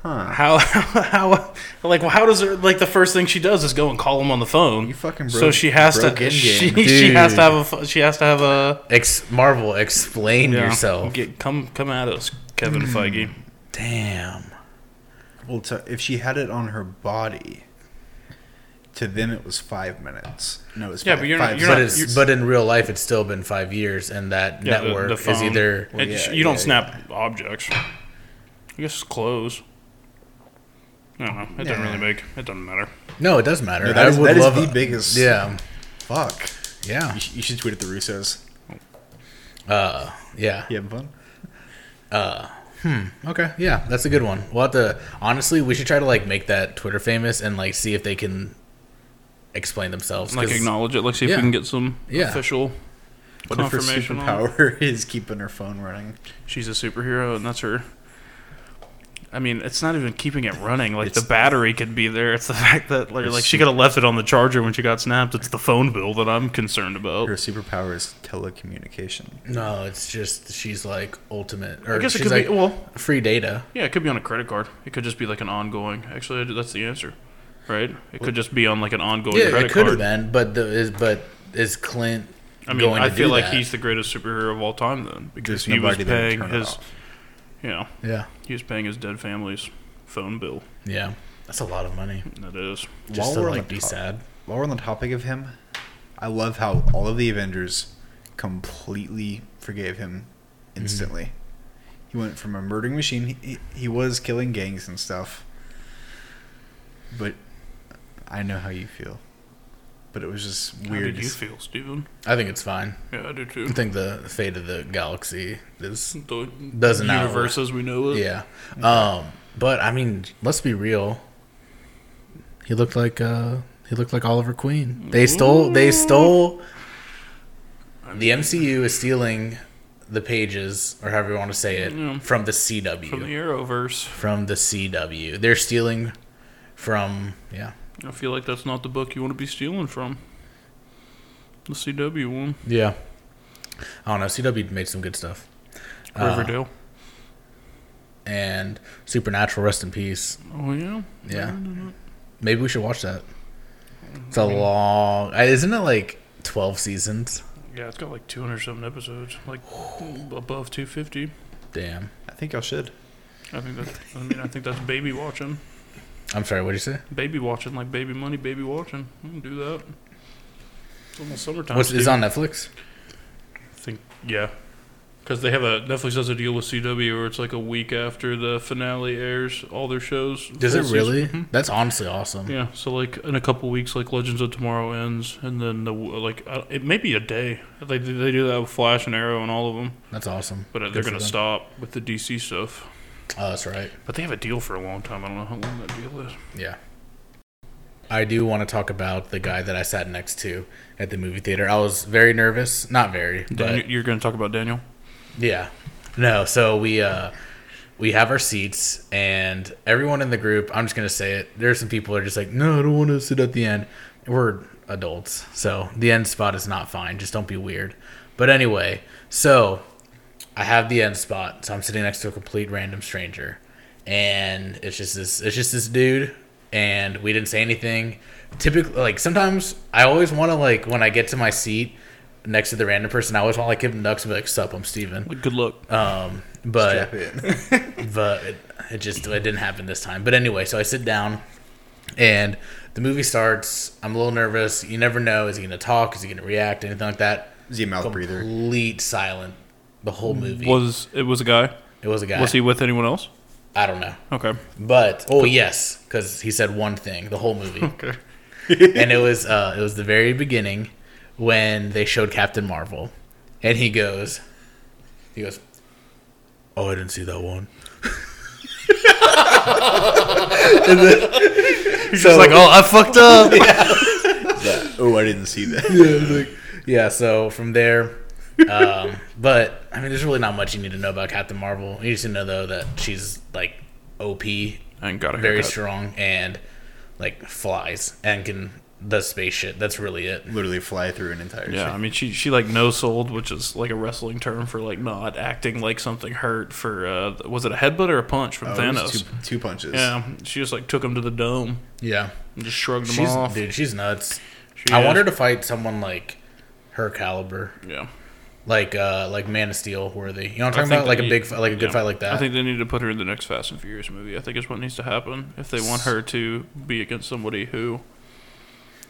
S3: Huh.
S1: How how, how like well, how does her like the first thing she does is go and call him on the phone.
S3: You fucking
S1: so
S3: broke-
S1: she has
S3: broke
S1: to
S3: in-game.
S1: she, she has
S2: Dude.
S1: to have a fu- she has to have a
S2: Ex- Marvel, explain
S1: yeah.
S2: yourself. Mm-hmm.
S1: Get come come at us, Kevin Feige.
S2: Damn.
S3: Well, to, if she had it on her body, to them it was five minutes. No, it's
S1: Yeah,
S3: five,
S1: but you're not-
S3: five
S1: you're
S2: But
S1: not-
S3: seconds.
S2: it's but in real life, it's still been five years, and that
S1: Yeah, the-
S2: network
S1: the
S2: is
S1: phone.
S2: either
S1: It-
S3: yeah,
S1: you don't
S3: yeah,
S1: snap objects. I guess clothes. I don't know. It doesn't really
S3: Yeah.
S1: make it doesn't matter.
S2: no, it does matter.
S3: No, that
S2: I
S3: is-
S2: would
S3: that is
S2: love
S3: the
S2: a-
S3: biggest-
S2: Yeah,
S3: Fuck.
S2: yeah,
S3: You, sh- you should tweet at the Russos.
S2: uh, yeah.
S3: You having fun?
S2: Okay, yeah, that's a good one. We'll have to honestly, we should try to like make that Twitter famous and like see if they can explain themselves.
S1: Like
S2: 'cause-
S1: acknowledge it. Like see if
S2: Yeah.
S1: we can get some
S2: Yeah.
S1: official
S3: What if her
S1: confirmation. on it.
S3: superpower is keeping her phone running?
S1: She's a superhero, and that's her. I mean, it's not even keeping it running. Like
S3: It's-
S1: the battery could be there. It's the fact that like,
S3: Her
S1: like she
S3: suit-
S1: could have left it on the charger when she got snapped. It's the phone bill that I'm concerned about.
S3: Her superpower is telecommunication.
S2: No, it's just she's like ultimate, or
S1: I guess it
S2: she's
S1: could
S2: like
S1: be well,
S2: free data.
S1: yeah, it could be on a credit card. It could just be like an ongoing. Actually, I- that's the answer, right? It could just be on like an ongoing
S2: Yeah,
S1: credit
S2: it could have
S1: card.
S2: been, but the, is but is Clint?
S1: I mean,
S2: going
S1: I
S2: to
S1: feel
S2: do
S1: like
S2: that?
S1: he's the greatest superhero of all time then because
S3: There's
S1: he was
S3: nobody that would
S1: paying
S3: turn it
S1: his,
S3: off.
S1: you know,
S2: yeah,
S1: he was paying his dead family's phone bill.
S2: yeah. That's a lot of money
S1: And that is.
S2: just
S3: While
S2: to
S3: we're on
S2: like
S3: the
S2: be
S3: top-
S2: sad.
S3: While we're on the topic of him, I love how all of the Avengers completely forgave him
S1: Mm-hmm.
S3: instantly. He went from a murdering machine. He, he, he was killing gangs and stuff. But I know how you feel. But it was just
S1: How
S3: weird.
S1: did you feel, Steven?
S2: I think it's fine.
S1: Yeah, I do too.
S2: I think the fate of the galaxy is
S1: the
S2: Doesn't matter.
S1: universe as we know it.
S2: yeah. Um, but I mean, let's be real. He looked like uh, he looked like Oliver Queen. They stole. They stole. The MCU is stealing the pages, or however you want to say it,
S1: Yeah.
S2: from the CW.
S1: From the Arrowverse,
S2: from the CW. They're stealing from yeah.
S1: I feel like that's not the book you want to be stealing from. The CW one,
S2: Yeah. I don't know. CW made some good stuff. Uh,
S1: Riverdale.
S2: and Supernatural, rest in peace.
S1: Oh yeah,
S2: Yeah. Maybe we should watch that. It's a long. I- Isn't it like twelve seasons?
S1: yeah. It's got like two hundred something episodes, like above two fifty.
S2: Damn.
S3: I think y'all should.
S1: I think that. I mean, I think that's baby watching.
S2: I'm sorry. What did you say?
S1: Baby watching, like baby money, baby watching. We can do that. It's almost summertime.
S2: What's is
S1: Steve.
S2: on Netflix?
S1: I think yeah, because they have a Netflix has a deal with CW where it's like a week after the finale airs, all their shows.
S2: Does
S1: full
S2: it
S1: season-
S2: really?
S1: Mhm.
S2: That's honestly awesome.
S1: Yeah, so like in a couple weeks, like Legends of Tomorrow ends, and then the like uh, it may be a day. They they do that with Flash and Arrow and all of them,
S2: That's awesome.
S1: but
S2: Good
S1: they're
S2: for
S1: gonna
S2: them.
S1: stop with the DC stuff.
S2: Oh, that's right.
S1: But they have a deal for a long time. I don't know how long that deal is.
S2: Yeah. I do want to talk about the guy that I sat next to at the movie theater. I was very nervous. Not very, but
S1: Daniel, you're gonna talk about Daniel?
S2: Yeah. No, so we uh we have our seats and everyone in the group, I'm just gonna say it, there's some people that are just like, No, I don't wanna sit at the end. We're adults, so the end spot is not fine. Just don't be weird. But anyway, so I have the end spot, so I'm sitting next to a complete random stranger. And it's just this it's just this dude and we didn't say anything. Typically like sometimes I always wanna like when I get to my seat next to the random person, I always want to like give him ducks and be like, Sup, I'm Steven.
S1: Like, good luck.
S2: Um,
S3: Strap
S2: but
S3: in.
S2: but it, it just it didn't happen this time. But anyway, so I sit down, and the movie starts. I'm a little nervous. You never know. Is he going to talk? Is he going to react? Anything like that?
S3: Z mouth breather.
S2: Complete silent. The whole movie.
S1: was it was a guy?
S2: it was a guy.
S1: Was he with anyone else?
S2: I don't know.
S1: Okay.
S2: But oh yes, because he said one thing the whole movie,
S1: Okay.
S2: and it was uh, it was the very beginning when they showed Captain Marvel, and he goes, he goes, oh I didn't see that one.
S1: He's just like, oh, I fucked up.
S3: That- oh, I didn't see that.
S2: yeah, so from there, um, but I mean, there's really not much you need to know about Captain Marvel. You just need to know that she's like OP,
S1: and got a
S2: very
S1: haircut.
S2: strong, and like flies and can the space shit. That's really it.
S3: Literally fly through an entire
S1: Yeah, I
S3: ship.
S1: mean, she she like no sold, which is like a wrestling term for like not acting like something hurt. For uh, was it a headbutt or a punch from
S3: Oh, it
S1: Thanos?
S3: was Two, two punches.
S1: Yeah, she just like took him to the dome
S2: Yeah.
S1: and just shrugged him
S2: She's
S1: off.
S2: dude, she's nuts.
S1: She
S2: I
S1: is.
S2: want her to fight someone like her caliber.
S1: Yeah,
S2: Like uh like Man of Steel worthy. You know what
S1: I
S2: I'm talking
S1: think
S2: about? Like
S1: they
S2: a
S1: need-
S2: big fi- like a good
S1: yeah.
S2: fight like that.
S1: I think they need to put her in the next Fast and Furious movie. I think is what needs to happen if they want her to be against somebody who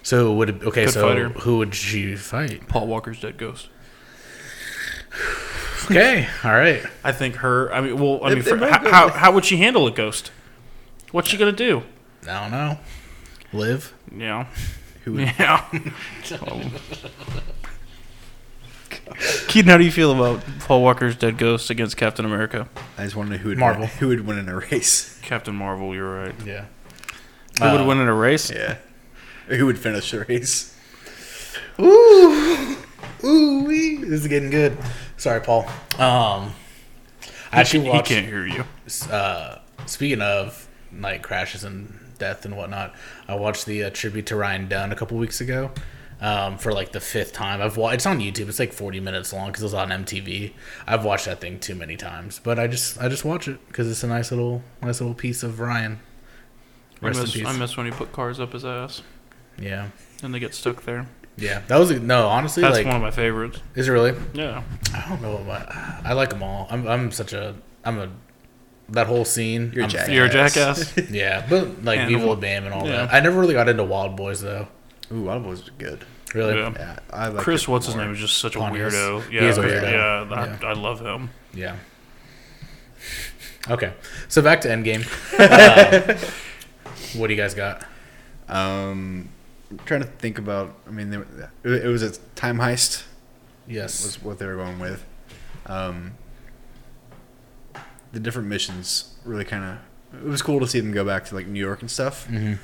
S2: so would it, okay,
S1: Good
S2: so
S1: fighter.
S2: who would she fight?
S1: Paul Walker's dead ghost.
S2: Okay, all right.
S1: I think her. I mean, well, I mean,
S3: they
S1: for,
S3: might
S1: how,
S3: go-
S1: how how would she handle a ghost? What's she gonna do?
S2: I don't know. Live.
S1: You know,
S3: Who would-
S1: yeah. Um, Keaton, how do you feel about Paul Walker's dead ghost against Captain America?
S3: I just want to know who would
S2: Marvel.
S3: win, who would win in a race.
S1: Captain Marvel, you're right. Uh,
S2: Yeah.
S1: Who would win in a race?
S3: Yeah. Or who would finish the race?
S2: Ooh, ooh, wee. this is getting good. Sorry, Paul. Um, I
S1: He,
S2: actually
S1: he
S2: watched.
S1: can't hear you.
S2: Uh, speaking of night crashes and death and whatnot, I watched the uh, tribute to Ryan Dunn a couple weeks ago. Um, for like the fifth time, I've watched. It's on YouTube. It's like forty minutes long because it was on MTV. I've watched that thing too many times, but I just I just watch it because it's a nice little nice little piece of Ryan.
S1: I
S2: Rest in
S1: miss,
S2: peace.
S1: I miss when he put cars up his ass
S2: Yeah,
S1: and they get stuck there.
S2: yeah. That was a- no. Honestly,
S1: That's
S2: like,
S1: one of my favorites.
S2: is it really?
S1: Yeah.
S2: I don't know about. I like them all. I'm I'm such a I'm a that whole scene.
S3: You're a
S2: I'm
S3: jackass.
S1: You're a jackass.
S2: fan. Yeah, but like
S1: And-
S2: Evil Bam and all
S1: yeah.
S2: that. I never really got into Wild Boys though.
S3: Ooh, Wild Boys was good.
S2: Really.
S1: yeah.
S3: Yeah, I like
S1: Chris, what's his name, is just such a
S2: Pontius.
S1: weirdo.
S2: He
S1: Yeah,
S2: is a
S1: Chris-
S2: weirdo.
S1: yeah, I,
S2: Yeah.
S1: I love him.
S2: Yeah. Okay, so back to Endgame. Uh, what do you guys got?
S3: Um, I'm trying to think about. I mean, there, it was a time heist.
S2: Yes.
S3: was what they were going with. Um, the different missions really kind of. It was cool to see them go back to like New York and stuff.
S1: Mm-hmm.
S2: hmm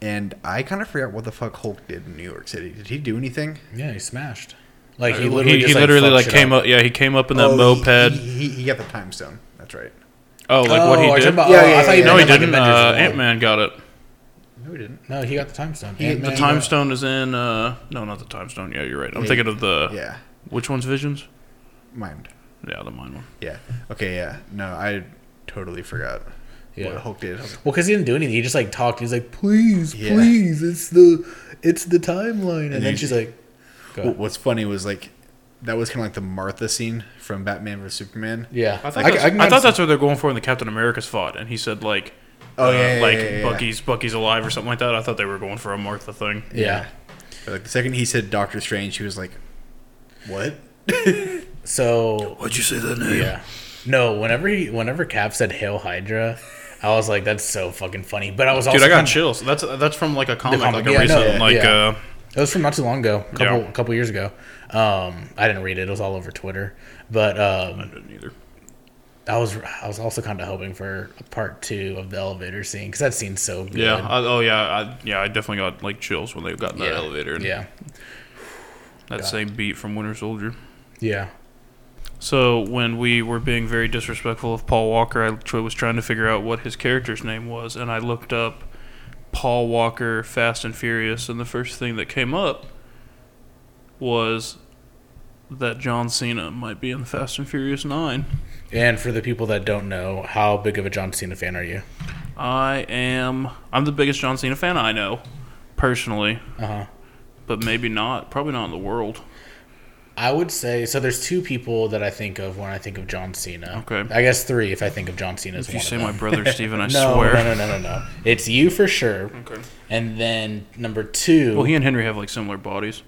S3: And I kind of forgot what the fuck Hulk did in New York City. Did he do anything?
S2: Yeah, he smashed. Like
S1: he
S2: he literally, just,
S1: Uh, he literally
S2: fucked
S1: like
S2: shit
S1: came up. Yeah, he came up in that
S3: Oh, he-
S1: moped.
S3: He, he, he got the time stone. That's right.
S1: oh, like what
S2: Oh, are
S1: he
S2: you
S1: did.
S2: talking about-
S3: Yeah,
S2: oh,
S3: yeah,
S2: I thought
S3: yeah,
S2: you
S1: no, he
S2: meant like
S1: didn't.
S2: Avengers
S1: Uh,
S2: One.
S1: Ant Man got it.
S3: No, he didn't.
S2: No, he got the time stone.
S3: He- the
S1: The
S2: Ant-Man
S1: time
S2: got-
S1: stone is in. Uh, no, not the time stone. Yeah, you're right. I'm
S3: Yeah.
S1: thinking of the
S3: Yeah,
S1: which one's visions.
S3: mind.
S1: Yeah, the mine one.
S3: Yeah. Okay. Yeah. No, I totally forgot
S2: Yeah.
S3: what Hulk did.
S2: Well, because he didn't do anything. He just like talked. He's like, "Please,
S3: Yeah.
S2: please, it's the it's the timeline." And, then
S3: he-
S2: she's like, Go.
S3: Wh- What's funny was like that was kind of like the Martha scene from Batman vs Superman.
S2: "Yeah,
S1: I thought, that's,
S2: I- I
S1: I
S2: can
S1: thought
S2: understand-
S1: that's what they're going for in the Captain America's fought, and he said like,
S3: Oh
S1: uh,
S3: yeah, yeah,
S1: like
S3: yeah, yeah, yeah.
S1: Bucky's Bucky's alive or something like that. I thought they were going for a Martha thing.
S2: yeah."
S3: But, like the second he said Doctor Strange, she was like, "What?"
S2: So
S1: Why'd you say that name?
S2: yeah, no. Whenever he, whenever Cap said "Hail Hydra," I was like, "That's so fucking funny." But I was also
S1: Dude, I got
S2: kinda-
S1: chills. That's that's from like a comic,
S2: comic,
S1: like a
S2: yeah, I know,
S1: recent,
S2: yeah.
S1: like
S2: Yeah.
S1: uh,
S2: It was from not too long ago, a couple
S1: Yeah.
S2: couple years ago. Um, I didn't read it. It was all over Twitter. But um,
S1: neither.
S2: I was I was also kind of hoping for a part two of the elevator scene because that scene's so good.
S1: Yeah. I, oh yeah. I, yeah. I definitely got like chills when they got in that elevator. And
S2: Yeah,
S1: That
S2: God.
S1: same beat from Winter Soldier.
S2: yeah.
S1: So when we were being very disrespectful of Paul Walker, I tr- was trying to figure out what his character's name was, and I looked up Paul Walker Fast and Furious, and the first thing that came up was that John Cena might be in Fast and Furious Nine.
S2: And for the people that don't know, how big of a John Cena fan are you?
S1: I am. I'm the biggest John Cena fan I know, personally,
S2: Uh huh.
S1: but maybe not. Probably not in the world.
S2: I would say so. There's two people that I think of when I think of John Cena.
S1: Okay.
S2: I guess three if I think of John Cena. As
S1: If you
S2: one
S1: say
S2: of
S1: my
S2: them.
S1: brother Steven, I
S2: no,
S1: swear.
S2: no, no, no, no, no. It's you for sure.
S1: Okay.
S2: And then number two.
S1: Well, he and Henry have like similar bodies.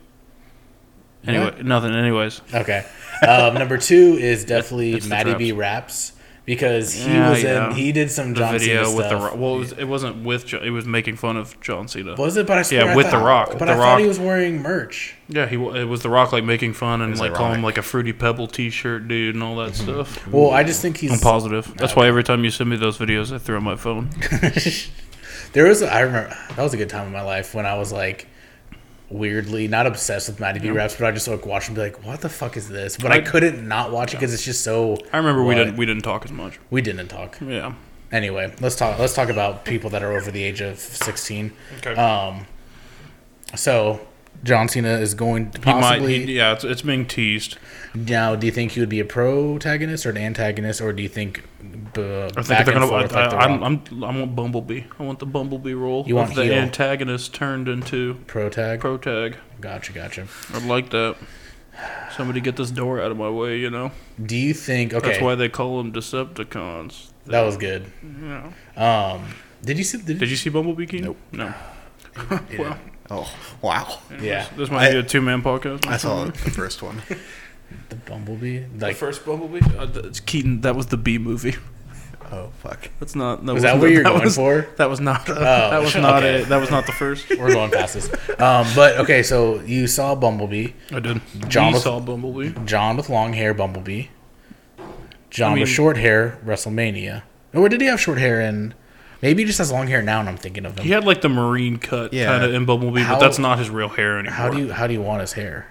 S1: Anyway, nothing. Anyways,
S2: okay. Um, number two is definitely
S1: It's the
S2: Matty
S1: traps.
S2: B. Raps because he
S1: Yeah,
S2: was
S1: yeah.
S2: in. He did some
S1: the
S2: John
S1: video
S2: Cena
S1: with the
S2: stuff.
S1: rock. Well, it, was, it wasn't with. John, it was making fun of John Cena.
S2: Was it? But I swear I
S1: with The
S2: thought-
S1: Rock.
S2: But
S1: The
S2: I
S1: Rock.
S2: thought he was wearing merch.
S1: Yeah, he. wa- It was the Rock like making fun and
S3: was
S1: like calling him
S3: ironic.
S1: like a fruity pebble T-shirt dude and all that stuff.
S2: Mm-hmm. Well, I just think he's.
S1: I'm positive. That's why every time you send me those videos, I throw my phone.
S2: There was, I remember, that was a good time in my life when I was like weirdly not obsessed with Matty B raps, but I just like watched and be like, what the fuck is this? But I,
S1: I-
S2: couldn't not watch it because it's just so.
S1: I remember we
S2: What?
S1: didn't we didn't talk as much.
S2: We didn't talk.
S1: Yeah.
S2: Anyway, let's talk. Let's talk about people that are over the age of sixteen.
S1: Okay.
S2: Um, So John Cena is going to
S1: He might.
S2: possibly.
S1: He, yeah, it's, it's being teased.
S2: Now, do you think he would be a protagonist or an antagonist, or do you think uh,
S1: I think
S2: back
S1: they're
S2: and
S1: gonna.
S2: forth
S1: I,
S2: like the
S1: I, I'm,
S2: Rock
S1: I'm, I want Bumblebee. I want the Bumblebee role.
S2: You
S1: of
S2: want
S1: the
S2: heel.
S1: antagonist turned into
S2: pro tag?
S1: pro tag.
S2: Gotcha, gotcha.
S1: I'd like that. Somebody get this door out of my way. You know.
S2: Do you think? Okay,
S1: That's why they call them Decepticons.
S2: that was good.
S1: Yeah.
S2: Um, did you see? Did,
S1: Did you see Bumblebee King?
S3: Nope.
S1: No.
S2: Yeah.
S1: well,
S3: Oh, wow.
S2: Yeah,
S1: this might be
S3: I-
S1: a two-man podcast.
S3: I saw the first one.
S2: the Bumblebee.
S1: Like
S2: Like,
S1: first Bumblebee. Uh, th- it's Keaton. That was the B movie.
S3: Oh, fuck.
S1: That's not. That
S2: was that
S1: wasn't-
S2: what you're going
S1: was,
S2: for? Oh.
S1: That was not. that was not
S2: okay.
S1: it. That was not the first.
S2: We're going past this. Um, but okay, so you saw Bumblebee,
S1: I did.
S2: John
S1: we
S2: was-
S1: saw Bumblebee.
S2: John with long hair, Bumblebee, John
S1: I mean-
S2: with short hair, WrestleMania. Or did he have short hair? And maybe he just has long hair now. And I'm thinking of him.
S1: He had like the marine cut
S3: Yeah.
S1: kind of in Bumblebee,
S2: How-
S1: but that's not his real hair anymore.
S2: How do you how do you want his hair?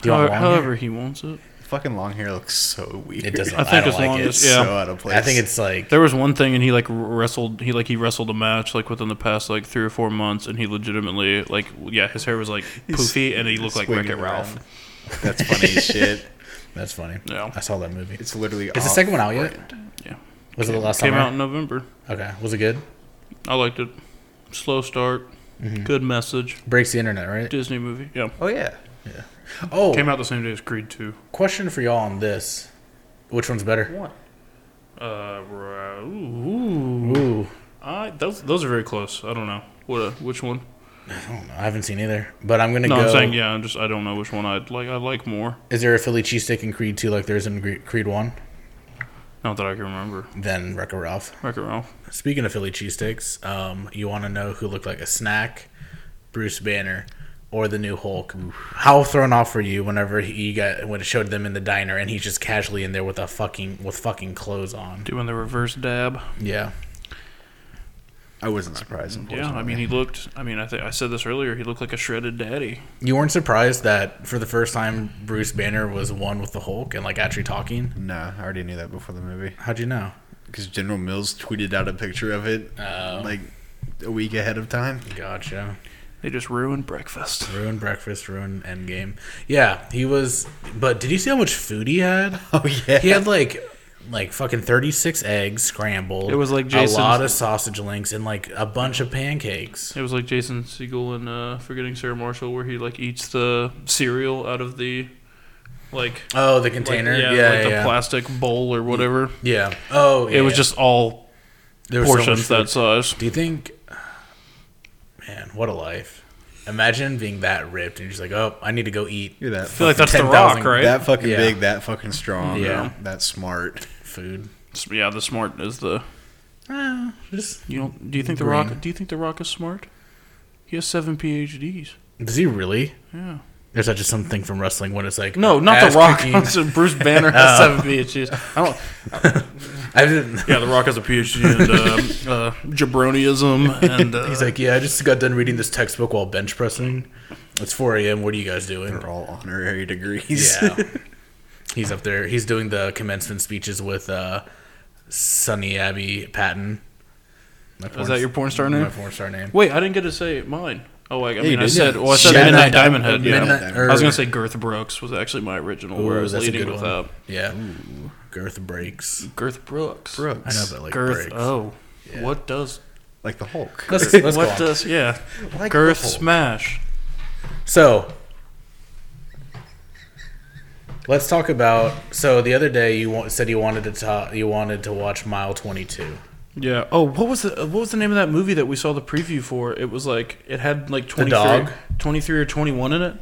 S2: Do you
S1: How-
S2: want long hair?
S1: however, he wants it.
S3: Fucking long hair looks so weird.
S2: It doesn't. I
S1: I think
S2: don't
S1: as
S2: like
S1: long
S2: it.
S1: as-
S3: It's
S1: Yeah.
S3: so out of place.
S2: I think it's like
S1: There was one thing, and he like wrestled. He like he wrestled a match like within the past like three or four months, and he legitimately like yeah, his hair was like poofy, and he looked like Wreck
S3: Swinging
S1: It Ralph.
S3: around. That's funny as shit.
S2: that's funny.
S1: Yeah.
S2: I saw that movie. Is
S3: It's literally.
S2: the
S3: off
S2: second one out yet?
S3: brand.
S1: Yeah,
S2: Was it the last
S1: came
S2: summer?
S1: out in November.
S2: Okay, was it good?
S1: I liked it. Slow start,
S2: Mm-hmm.
S1: good message.
S2: Breaks the internet, right?
S1: Disney movie. Yeah,
S3: Oh yeah.
S2: Oh,
S1: came out the same day as Creed Two.
S2: question for y'all on this: Which one's better?
S1: What? Uh, ra- ooh, ooh.
S2: Ooh,
S1: I those those are very close. I don't know what uh, which one.
S2: I don't know. I haven't seen either, but I'm gonna
S1: No,
S2: go.
S1: I'm saying yeah. I'm just I don't know which one I'd like. I like more.
S2: Is there a Philly cheesesteak in Creed two like there is in Gre- Creed one?
S1: Not that I can remember.
S2: Then Wreck-It Ralph.
S1: Wreck It Ralph.
S2: Speaking of Philly cheesesteaks, um, you want to know who looked like a snack? Bruce Banner or the new Hulk? How thrown off were you whenever he got when it showed them in the diner and he's just casually in there with a fucking with fucking clothes on?
S1: Doing the reverse dab.
S2: Yeah,
S3: I wasn't surprised.
S1: Yeah, I
S3: unfortunately.
S1: mean he looked. I mean I think I said this earlier. He looked like a shredded daddy.
S2: you weren't surprised that for the first time Bruce Banner was one with the Hulk and like actually talking.
S3: No, I already knew that before the movie
S2: How'd you know?
S3: because General Mills tweeted out a picture of it
S2: Oh.
S3: like a week ahead of time.
S2: Gotcha.
S1: They just ruined breakfast.
S2: Ruin breakfast, ruin endgame. Yeah, he was. But did you see how much food he had?
S3: Oh yeah.
S2: He had like like fucking 36 eggs scrambled.
S1: It was like
S2: a lot
S1: Jason's-
S2: of sausage links and like a bunch of pancakes.
S1: It was like Jason Segel in uh, Forgetting Sarah Marshall, where he like eats the cereal out of the like
S2: Oh, the
S1: like,
S2: container. yeah, yeah,
S1: like the
S2: yeah.
S1: plastic bowl or whatever.
S2: Yeah. Oh, yeah,
S1: It was
S2: yeah.
S1: just all
S2: there was so much
S1: portions
S2: food.
S1: that size.
S2: Do you think? Man, what a life! Imagine being that ripped and you're just like, oh, I need to go eat
S3: Look at that.
S1: I feel like that's the
S2: 10,000
S1: Rock, right?
S3: That fucking
S2: Yeah.
S3: big, that fucking strong,
S2: Yeah.
S3: that smart.
S2: food.
S1: yeah, the smart is the.
S2: Ah, just
S1: You don't, do you think the
S2: Green.
S1: Rock? Do you think the Rock is smart? He has seven PhDs.
S2: does he really?
S1: Yeah.
S2: There's that just something from wrestling when it's like
S1: No, not
S2: ass
S1: the Rock.
S2: kicking.
S1: Bruce Banner has seven PhDs. I don't,
S2: I didn't.
S1: yeah, the Rock has a PhD in um, uh, jabroniism, and uh,
S2: He's like, yeah, I just got done reading this textbook while bench pressing. It's 4 a.m. What are you guys doing?
S3: They're all honorary degrees.
S2: Yeah. He's up there. He's doing the commencement speeches with uh, Sonny Abby Patton. My porn-
S1: that your porn star name?
S2: My porn star name.
S1: wait, I didn't get to say mine. Oh, I, I mean, I
S3: did.
S1: said, well, I said
S2: Shit.
S1: Midnight Diamond Head. Yeah.
S2: Midnight-
S1: I was
S2: or-
S1: gonna say Girth Brooks was actually my original, where I
S2: Ooh,
S1: was
S2: that's a
S1: leading
S2: good
S1: with uh,
S2: one.
S1: that.
S2: Yeah. Girth breaks.
S1: Girth Brooks.
S2: I
S3: Brooks.
S2: know, but like
S1: Girth.
S2: breaks.
S1: Oh, what does?
S3: Like the Hulk.
S2: Let's, let's go
S1: what
S2: on.
S1: does? Yeah.
S3: Like
S1: Girth
S3: the Hulk.
S1: smash.
S2: So, let's talk about. So the other day you wa- said you wanted to ta- you wanted to watch Mile 22.
S1: Yeah. Oh, what was the what was the name of that movie that we saw the preview for? It was like it had like 23,
S2: dog?
S1: 23 or twenty one in it.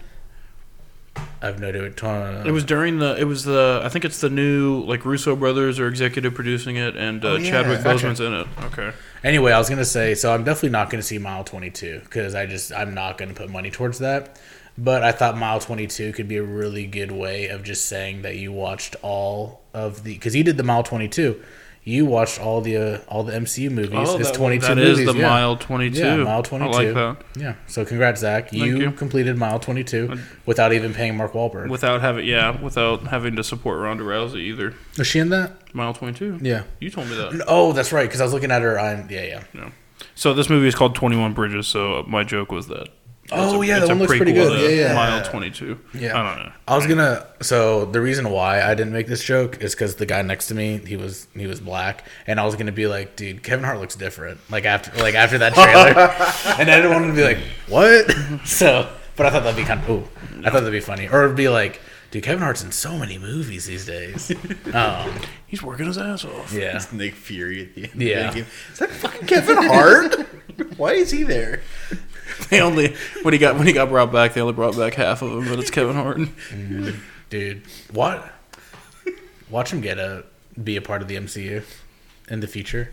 S2: I've no idea. what ta-
S1: It was during the. It was the. I think it's the new like Russo brothers are executive producing it, and uh,
S3: Oh, yeah,
S1: Chadwick
S3: gotcha.
S1: Boseman's in it. Okay.
S2: Anyway, I was gonna say, so I'm definitely not gonna see Mile 22 because I just I'm not gonna put money towards that. But I thought Mile 22 could be a really good way of just saying that you watched all of the because he did the Mile 22. You watched all the uh, all the MCU movies. it's 22
S1: Oh, That is
S2: movies.
S1: the
S2: yeah.
S1: mile twenty two.
S2: Yeah, Mile 22.
S1: I like that.
S2: Yeah. So congrats, Zach. You,
S1: you.
S2: completed Mile 22 without even paying Mark Wahlberg.
S1: Without having, yeah, without having to support Ronda Rousey either.
S2: Was she in that?
S1: Mile twenty two.
S2: Yeah.
S1: You told me that.
S2: Oh, that's right. Because I was looking at her. I'm yeah, yeah.
S1: So this movie is called Twenty One Bridges. So my joke was that
S2: Oh, yeah,
S1: it's
S2: that
S1: a
S2: one looks pretty
S1: prequel
S2: good.
S1: to
S2: Yeah, yeah.
S1: Mile Twenty Two.
S2: Yeah.
S1: I don't know.
S2: I was gonna. So the reason why I didn't make this joke is because the guy next to me, he was he was black, and I was gonna be like, dude, Kevin Hart looks different. Like after like after that trailer, and I didn't want to be like, what? So, but I thought that'd be kind of. Ooh, I thought that'd be funny, or it'd be like, dude, Kevin Hart's in so many movies these days. Um,
S1: He's working his ass off.
S2: yeah.
S3: It's Nick Fury at the end. of
S2: Yeah.
S3: the game. Is that fucking Kevin Hart? Why is he there?
S1: They only when he got when he got brought back, they only brought back half of him, but it's Kevin Hart.
S2: dude. What? Watch him get a be a part of the MCU in the future.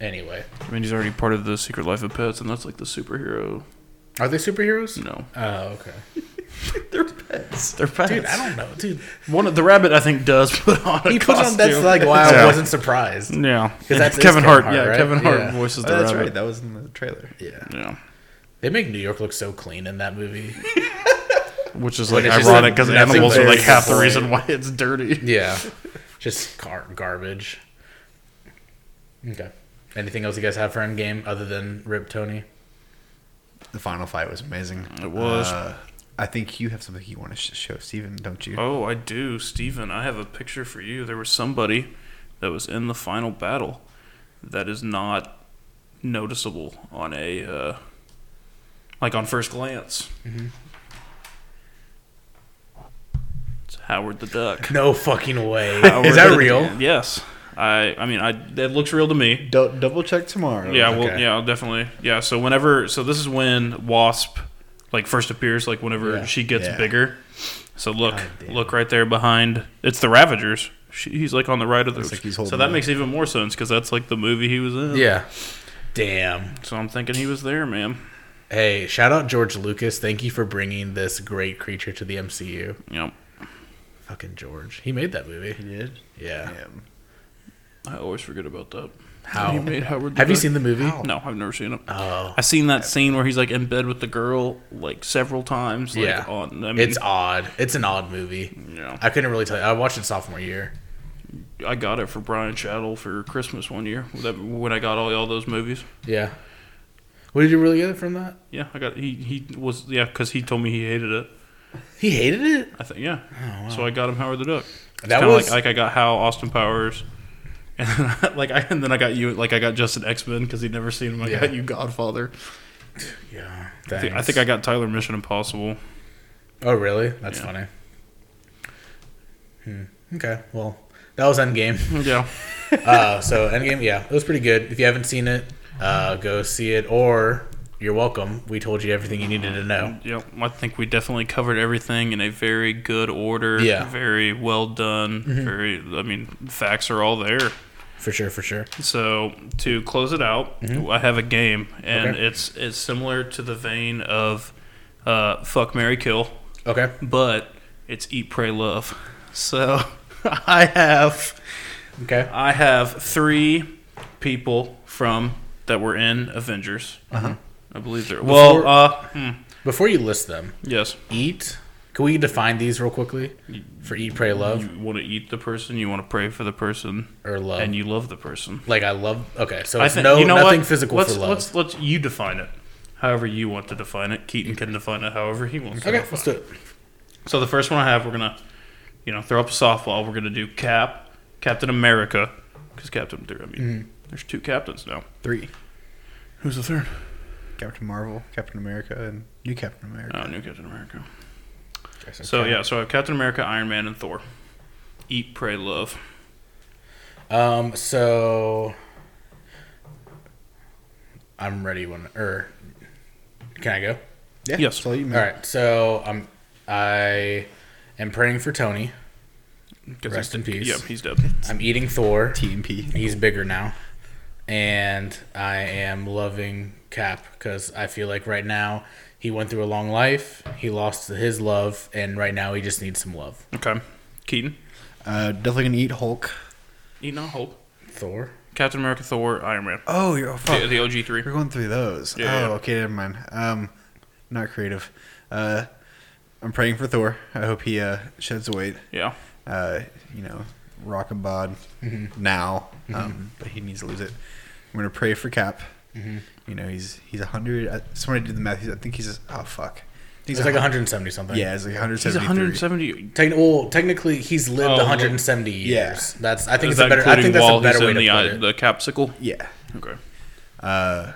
S2: Anyway,
S1: I mean, he's already part of the Secret Life of Pets, and that's like the superhero.
S2: are they superheroes?
S1: No,
S2: Oh, okay.
S3: They're pets.
S1: they're pets.
S2: Dude, I don't know, dude.
S1: One of the rabbit, I think, does put on. A
S2: He put on. That's
S1: costume.
S2: like why I
S1: Yeah.
S2: wasn't surprised.
S1: Yeah,
S2: Because that's- it's
S1: Kevin
S2: Kevin
S1: Hart.
S2: Hart,
S1: yeah,
S2: right?
S1: Kevin Hart
S2: Yeah.
S1: voices
S3: Oh,
S1: the
S3: that's right.
S1: rabbit.
S3: That was in the trailer.
S2: Yeah,
S1: Yeah,
S2: they make New York look so clean in that movie.
S1: which is
S2: When
S1: like
S2: it's just
S1: ironic
S2: like
S1: because
S2: nothing
S1: animals are
S2: there
S1: like
S2: to
S1: half the
S2: play.
S1: reason why it's dirty.
S2: yeah, just car garbage. Okay. Anything else you guys have for Endgame other than Rip Tony?
S3: The final fight was amazing.
S1: It was.
S3: Uh, I think you have something you want to sh- show Steven, don't you?
S1: Oh, I do, Steven. I have a picture for you. There was somebody that was in the final battle that is not noticeable on a uh, like on first glance.
S2: Mm-hmm.
S1: It's Howard the Duck.
S2: No fucking way.
S1: Howard
S2: Is that
S1: the-
S2: real?
S1: Yes. I I mean I that looks real to me.
S3: Dou- double check tomorrow.
S1: Oh, Yeah, well,
S2: Okay.
S1: yeah, definitely. Yeah, so whenever, so this is when Wasp like first appears, like whenever
S2: Yeah.
S1: she gets
S3: Yeah.
S1: bigger. So look,
S2: God damn.
S1: look right there behind. It's the Ravagers. She, he's like on the right of the.
S3: Looks like he's
S1: so
S3: holding
S1: that
S3: it.
S1: makes even more sense because that's like the movie he was in.
S2: Yeah. Damn.
S1: So I'm thinking he was there, man.
S2: Hey, shout out George Lucas. Thank you for bringing this great creature to the MCU.
S1: Yep.
S2: Fucking George. He made that movie.
S3: He did?
S2: Yeah.
S3: Damn.
S1: I always forget about that.
S2: How?
S1: He made Howard the
S2: Have you
S1: Duck.
S2: seen the movie?
S3: How?
S1: No, I've never seen it.
S2: Oh.
S1: I seen that scene where he's like in bed with the girl like several times. Like,
S2: Yeah.
S1: On, I mean,
S2: It's odd. It's an odd movie.
S1: you know,
S2: I couldn't really tell you. I watched it sophomore year.
S1: I got it for Brian Chattel for Christmas one year. That, when I got all, all those movies.
S2: Yeah. What did you really get from that?
S1: Yeah, I got he he was yeah because he told me he hated it.
S2: He hated it?
S1: I think yeah. So I got him Howard the Duck. It's
S2: That
S1: kinda
S2: was-
S1: like, like I got Hal Austin Powers, and then I, like I and then I got you like I got Justin X Men because he'd never seen him. I
S2: Yeah.
S1: got you Godfather.
S2: Yeah.
S1: I think, I think I got Tyler Mission Impossible.
S2: Oh, really? That's
S1: Yeah.
S2: funny. Hmm. Okay. Well, that was Endgame.
S1: Yeah,
S2: uh, so Endgame, yeah, it was pretty good. If you haven't seen it, uh, go see it, or you're welcome. We told you everything you needed to know.
S1: yeah. I think we definitely covered everything in a very good order.
S2: Yeah.
S1: very well done. Very. I mean, facts are all there.
S2: For sure, for sure.
S1: So to close it out, I have a game, and
S2: Mm-hmm. Okay.
S1: it's it's similar to the vein of uh, fuck Mary kill,
S2: Okay.
S1: but it's eat pray love. So I have
S2: Okay.
S1: I have three people from that were in Avengers.
S2: Uh-huh.
S1: I believe they're well. Uh, hmm,
S2: Before you list them,
S1: yes,
S2: eat. Can we define these real quickly? For eat, pray, love,
S1: you want to eat the person, you want to pray for the person,
S2: or love.
S1: and you love the person.
S2: like I love. Okay, so
S1: I
S2: it's
S1: think
S2: no
S1: you know
S2: nothing
S1: what?
S2: physical
S1: let's,
S2: for love.
S1: Let's let's you define it. However you want to define it. Keaton can define it however he wants to
S2: okay,
S1: define
S2: let's do it.
S1: it. So the first one I have, we're gonna, you know, throw up a softball. We're gonna do Cap, Captain America, because Captain. there- I mean,
S2: Mm-hmm.
S1: there's two captains now.
S3: Three.
S1: Who's the third?
S3: Captain Marvel, Captain America, and New Captain America.
S1: Oh, new Captain America.
S2: Okay,
S1: So yeah, so I have Captain America, Iron Man, and Thor. Eat, pray, love.
S2: Um. So I'm ready when. Or can I go?
S3: Yeah,
S1: Yes.
S3: that's all you
S2: All
S3: meant.
S2: right, so I'm I am praying for Tony.
S1: 'Cause
S2: Rest
S1: he's-
S2: in peace.
S1: Yep, he's dead.
S2: I'm eating Thor.
S3: TMP.
S2: He's bigger now, and I am loving Cap because I feel like right now he went through a long life. He lost his love, and right now he just needs some love.
S1: Okay, Keaton.
S3: Uh, definitely gonna eat Hulk.
S1: Eat on hope.
S2: Thor.
S1: Captain America, Thor, Iron Man.
S3: Oh, you're oh, fuck.
S1: The, the OG three.
S3: We're going through those.
S1: Yeah,
S3: oh,
S1: yeah.
S3: okay, never mind. Um, not creative. Uh, I'm praying for Thor. I hope he uh, sheds weight.
S1: Yeah.
S3: Uh, you know, Mm-hmm. rock and bod now, um, but he needs to lose it. I'm gonna pray for Cap.
S2: Mhm.
S3: You know, he's he's 100. Somebody did the math. He's, I think he's oh fuck.
S2: He's like 170 something.
S3: Yeah, he's like
S1: He's
S3: 173.
S1: 170.
S2: Techn- well, technically, he's lived
S1: Oh,
S2: 170
S3: yeah.
S2: years. That's. I think
S1: Is
S2: it's
S1: that
S2: a better. I think
S1: including
S2: that's
S1: while
S2: a
S1: he's
S2: better way
S1: in
S2: to
S1: the,
S2: put
S1: eye-
S2: it.
S1: the capsicle?
S3: yeah.
S1: Okay.
S3: Uh,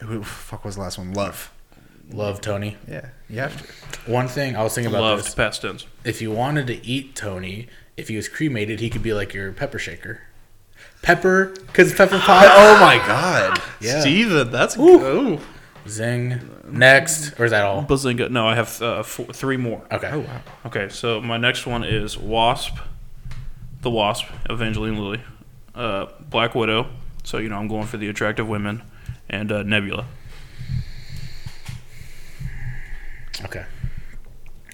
S3: who fuck was the last one? Love.
S2: Love Tony.
S3: Yeah, you have to.
S2: One thing I was thinking about
S1: Loved
S2: this:
S1: past tense.
S2: if you wanted to eat Tony, if he was cremated, he could be like your pepper shaker. Pepper, because pepper pot.
S3: Oh my god,
S2: Yeah.
S1: Steven, that's
S2: Ooh. Zing. Next, or is that all?
S1: Bazinga. No, I have uh, four, three more.
S2: Okay.
S1: Okay, so my next one is Wasp, the Wasp, Evangeline Lilly, uh, Black Widow. So you know I'm going for the attractive women, and uh, Nebula.
S2: Okay.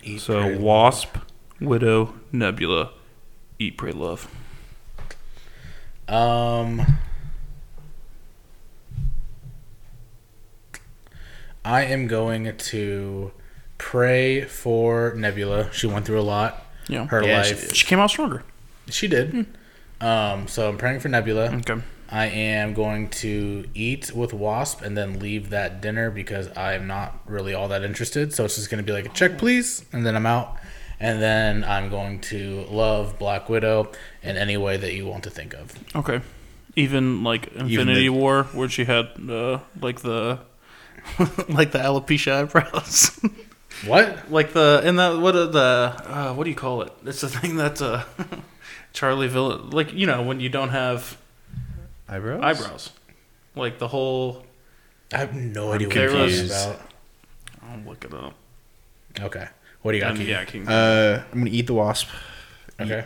S2: Eat
S1: So
S2: pray,
S1: Wasp, Widow, Nebula, Eat, Pray, Love.
S2: Um, I am going to pray for Nebula. She went through a lot.
S1: Yeah,
S2: Her
S3: Yeah, she
S2: life.
S1: She came out stronger.
S2: She, did. Um, so I'm praying for Nebula.
S1: Hmm. Okay.
S2: I am going to eat with Wasp and then leave that dinner because I am not really all that interested. So it's just going to be like a
S1: Oh.
S2: check, please, and then I'm out. And then I'm going to love Black Widow in any way that you want to think of.
S1: Okay. Even like Infinity
S3: the-
S1: War, where she had uh, like the like the alopecia eyebrows,
S2: What?
S1: like the in that what are the uh, what do you call it? It's the thing that uh, Charlie Villain, like you know when you don't have
S3: eyebrows.
S1: eyebrows, like the whole.
S2: I have no idea what
S1: There
S2: you're talking
S1: was-
S2: about.
S1: I'll look it up.
S2: Okay. What do you got?
S1: And,
S2: Keith?
S1: yeah, King.
S3: Uh, I'm gonna eat the wasp.
S2: Okay.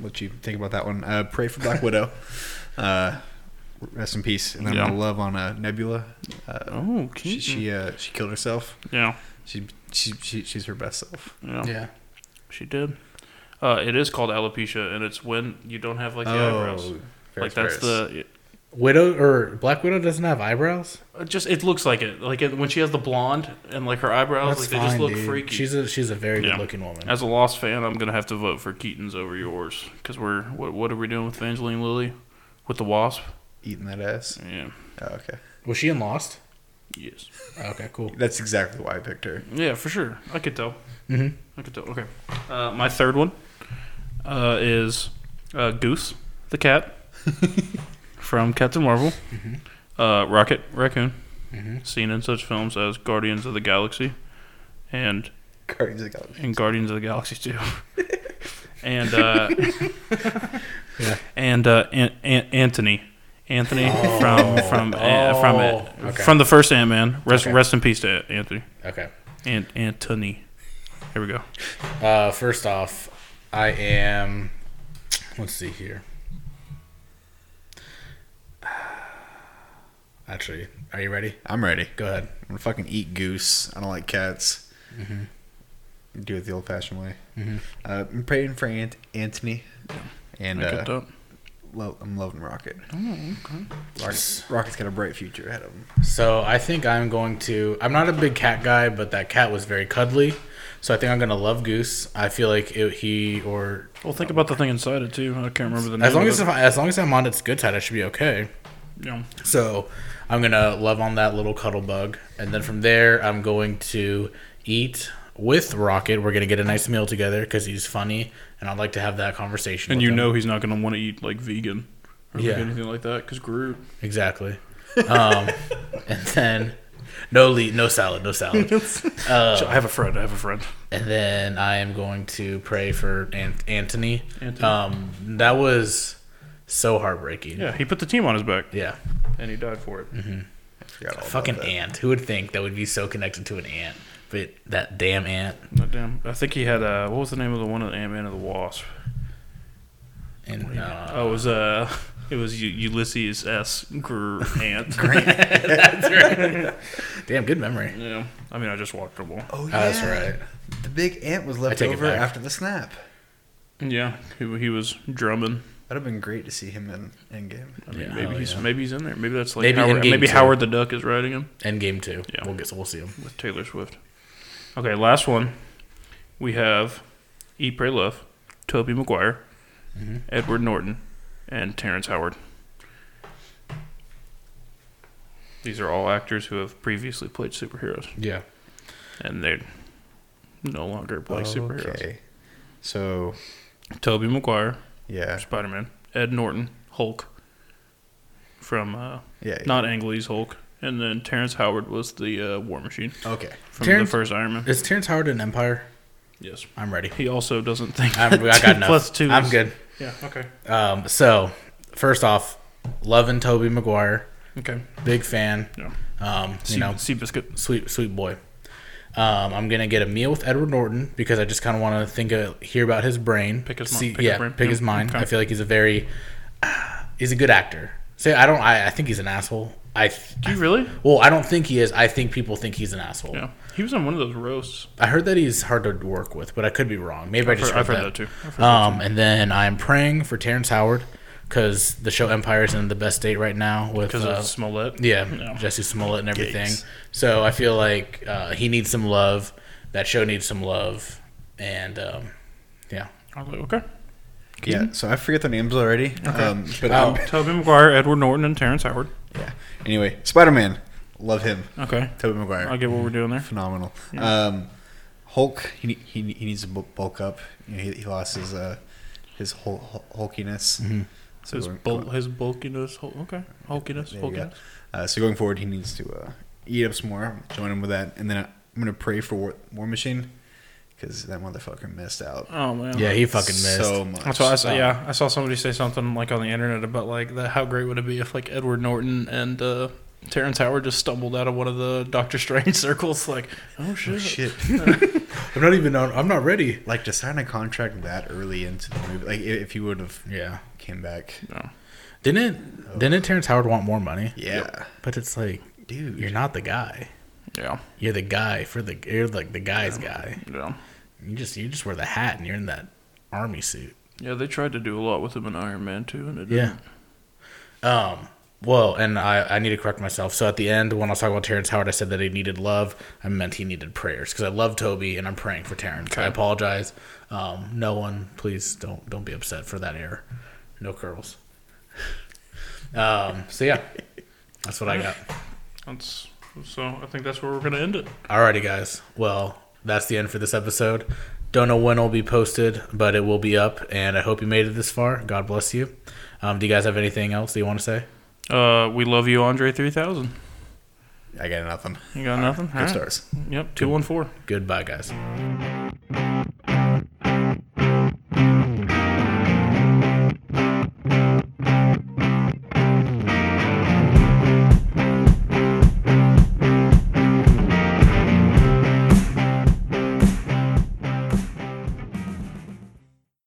S3: Let you think about that one. Uh, pray for Black Widow. Uh, rest in peace. And I'm
S1: Yeah.
S3: gonna love on uh, Nebula. Uh,
S1: oh, Keaton.
S3: she she, uh, she killed herself.
S1: yeah,
S3: She, she she she's her best self.
S1: yeah,
S2: Yeah.
S1: she did. Uh, it is called alopecia, and it's when you don't have like the eyebrows.
S3: Oh,
S1: Like that's the
S2: Widow or Black Widow doesn't have eyebrows.
S1: Uh, Just it looks like it. Like it, when she has the blonde and like her eyebrows,
S2: That's
S1: like they
S2: fine,
S1: just look
S2: dude.
S1: freaky.
S2: She's a she's a very
S1: Yeah.
S2: good looking woman.
S1: As a Lost fan, I'm gonna have to vote for Keaton's over yours because we're what what are we doing with Evangeline Lilly, with the Wasp?
S3: eating that ass.
S1: Yeah,
S3: Oh, okay,
S2: Was she in Lost?
S1: yes,
S2: Okay, cool.
S3: that's exactly why I picked her.
S1: yeah, for sure. I could tell.
S2: Mhm.
S1: I could tell. Okay, uh, my third one uh, is uh, Goose the cat from Captain Marvel,
S2: Mm-hmm.
S1: uh, Rocket Raccoon,
S2: Mhm.
S1: seen in such films as Guardians of the Galaxy, and
S3: Guardians of the Galaxy.
S1: and Guardians of the Galaxy too. and uh,
S2: Yeah.
S1: and uh, an- an- Anthony, Anthony from from uh,
S2: Oh.
S1: from
S2: Oh,
S1: uh,
S2: okay.
S1: from the first Ant Man. Rest
S2: Okay.
S1: rest in peace to An- Anthony.
S2: Okay.
S1: Ant Anthony. Here we go.
S2: Uh, first off, I am. Let's see here. Actually, are you ready?
S3: I'm ready.
S2: Go ahead.
S3: I'm gonna fucking eat goose. I don't like cats.
S2: Mm-hmm.
S3: Do it the old-fashioned way. Uh, I'm praying for Ant- Anthony, and
S1: I get
S3: uh,
S1: that.
S3: lo- I'm loving Rocket.
S2: Oh, Yes.
S3: Rocket's got a bright future ahead of him.
S2: So I think I'm going to. I'm not a big cat guy, but that cat was very cuddly. So I think I'm gonna love Goose. I feel like it, he or
S1: Well, think about the thing inside it too. I can't remember the name.
S2: as long
S1: of
S2: as
S1: it.
S2: if I, as long as I'm on its good side, I should be okay.
S1: yeah.
S2: So I'm gonna love on that little cuddle bug, and then from there I'm going to eat with Rocket. We're gonna get a nice meal together because he's funny, and I'd like to have that conversation.
S1: and
S2: with
S1: you
S2: him.
S1: know he's not going to want to eat like vegan or
S2: Yeah.
S1: like anything like that because Groot.
S2: exactly. Um, and then no le- no salad, no salad. Uh.
S1: I have a friend. I have a friend.
S2: And then I am going to pray for An- Anthony.
S1: Anthony.
S2: Um, that was so heartbreaking.
S1: Yeah, he put the team on his back Mm-hmm.
S2: Yeah.
S1: and he died for it.
S3: I forgot all about
S2: Fucking
S3: that.
S2: ant. Who would think that would be so connected to an ant? But that damn ant.
S1: Oh, damn, I think he had uh, what was the name of the one of the Ant Man of the Wasp?
S2: And uh,
S1: Oh, it was uh, it was U- Ulysses S. Grant.
S2: damn good memory.
S1: yeah, I mean, I just walked a wall.
S3: Oh yeah,
S2: Ah, that's right.
S3: The big ant was left
S2: take it
S3: over
S2: back.
S3: after the snap.
S1: Yeah, he, he was drumming.
S3: That'd have been great to see him in Endgame.
S1: I mean,
S2: Yeah,
S1: maybe
S2: hell
S1: he's
S2: yeah.
S1: maybe he's in there. Maybe that's like
S2: Maybe
S1: Howard,
S2: Endgame
S1: maybe
S2: too.
S1: Howard the Duck is riding him
S2: End game two.
S1: Yeah.
S2: We'll get we'll see him.
S1: with Taylor Swift. Okay, last one. We have Eat Pray Love, Toby Maguire, Mm-hmm. Edward Norton, and Terrence Howard. These are all actors who have previously played superheroes,
S2: Yeah.
S1: and they're no longer playing superheroes.
S3: Okay. So,
S1: Toby Maguire,
S3: yeah.
S1: Spider Man, Ed Norton, Hulk, from uh,
S3: Yeah.
S1: not Anglese Hulk, and then Terrence Howard was the uh, War Machine
S3: okay.
S1: from
S2: Terrence-
S1: the first Iron Man.
S2: Is Terrence Howard in Empire?
S1: Yes,
S2: I'm ready.
S1: he also doesn't think
S2: I'm, I got
S1: two
S2: enough.
S1: plus two.
S2: I'm
S1: is-
S2: good.
S1: Yeah. Okay.
S2: Um, so, first off, loving Toby Maguire.
S1: Okay.
S2: Big fan.
S1: Yeah.
S2: Um, you
S1: Sea,
S2: know,
S1: sea biscuit.
S2: sweet, sweet boy. Um, I'm gonna get a meal with Edward Norton because I just kind of want to think, of, hear about his brain.
S1: Pick his mi-
S2: See,
S1: pick his
S2: yeah,
S1: brain.
S2: pick his
S1: Yeah,
S2: mind.
S1: okay.
S2: I feel like he's a very, he's a good actor. Say, I don't. I, I think he's an asshole. I, th-
S1: Do you really?
S2: well, I don't think he is. I think people think he's an asshole.
S1: Yeah. He was on one of those roasts.
S2: I heard that he's hard to work with, but I could be wrong. Maybe i just
S1: I've
S2: heard,
S1: heard that
S2: that.
S1: too. I've heard
S2: Um, and then I'm praying for Terrence Howard because the show Empire is in the best state right now with
S1: Because
S2: uh,
S1: of Smollett.
S2: yeah
S1: No.
S2: Jesse Smollett and everything.
S3: Yikes.
S2: So I feel like uh, he needs some love. That show needs some love, and um, yeah,
S1: I was like, okay.
S3: Yeah. So I forget the names already. Um, but
S2: Wow.
S3: um,
S1: Tobey Maguire, Edward Norton, and Terrence Howard.
S3: yeah. Anyway, Spider Man. Love him.
S1: Okay.
S3: Tobey Maguire.
S1: I get what we're doing there.
S3: phenomenal. Um, Hulk, he, he he needs to bu- bulk up. You know, he, he lost his uh, his hul- hul- hulkiness.
S2: Mm-hmm.
S3: So
S1: His,
S3: going-
S1: bul- his bulkiness. hul- Okay. Hulkiness.
S3: There you go.
S1: Hulkiness.
S3: uh, so going forward, he needs to uh, eat up some more. Join him with that, and then I'm gonna pray for War, War Machine because that motherfucker missed out
S1: Oh, man.
S2: yeah, he fucking missed.
S3: so much.
S1: That's why I saw, yeah, I saw somebody say something like on the internet about like the, how great would it be if like Edward Norton and uh, Terrence Howard just stumbled out of one of the Doctor Strange circles like oh shit,
S3: Oh, shit.
S2: I'm not even on. I'm not ready.
S3: like to sign a contract that early into the movie. Like i- if he would have
S2: Yeah,
S3: came back.
S1: No.
S2: didn't didn't Terrence Howard want more money?
S3: Yeah,
S2: But it's like
S3: dude.
S2: you're not the guy.
S1: yeah
S2: You're the guy for the. You're like the guy's guy.
S1: yeah
S2: You just you just wear the hat and you're in that army suit.
S1: yeah they tried to do a lot with him in Iron Man too and it
S2: Yeah. Um. Well, and I, I need to correct myself. So at the end, when I was talking about Terrence Howard, I said that he needed love. I meant he needed prayers because I love Toby and I'm praying for Terrence. I
S1: Okay.
S2: apologize. Um, no one, please don't don't be upset for that error. No curls. Um. So yeah, that's what I got.
S1: That's so. I think that's where we're gonna end it.
S2: Alrighty, guys. Well, that's the end for this episode. Don't know when it'll be posted, but it will be up. And I hope you made it this far. God bless you. Um, do you guys have anything else that you want to say?
S1: Uh, we love you, Andre three thousand.
S3: I got nothing.
S1: You got nothing.
S3: Good
S1: All right.
S3: stars.
S1: Yep, two one four.
S2: Goodbye, guys.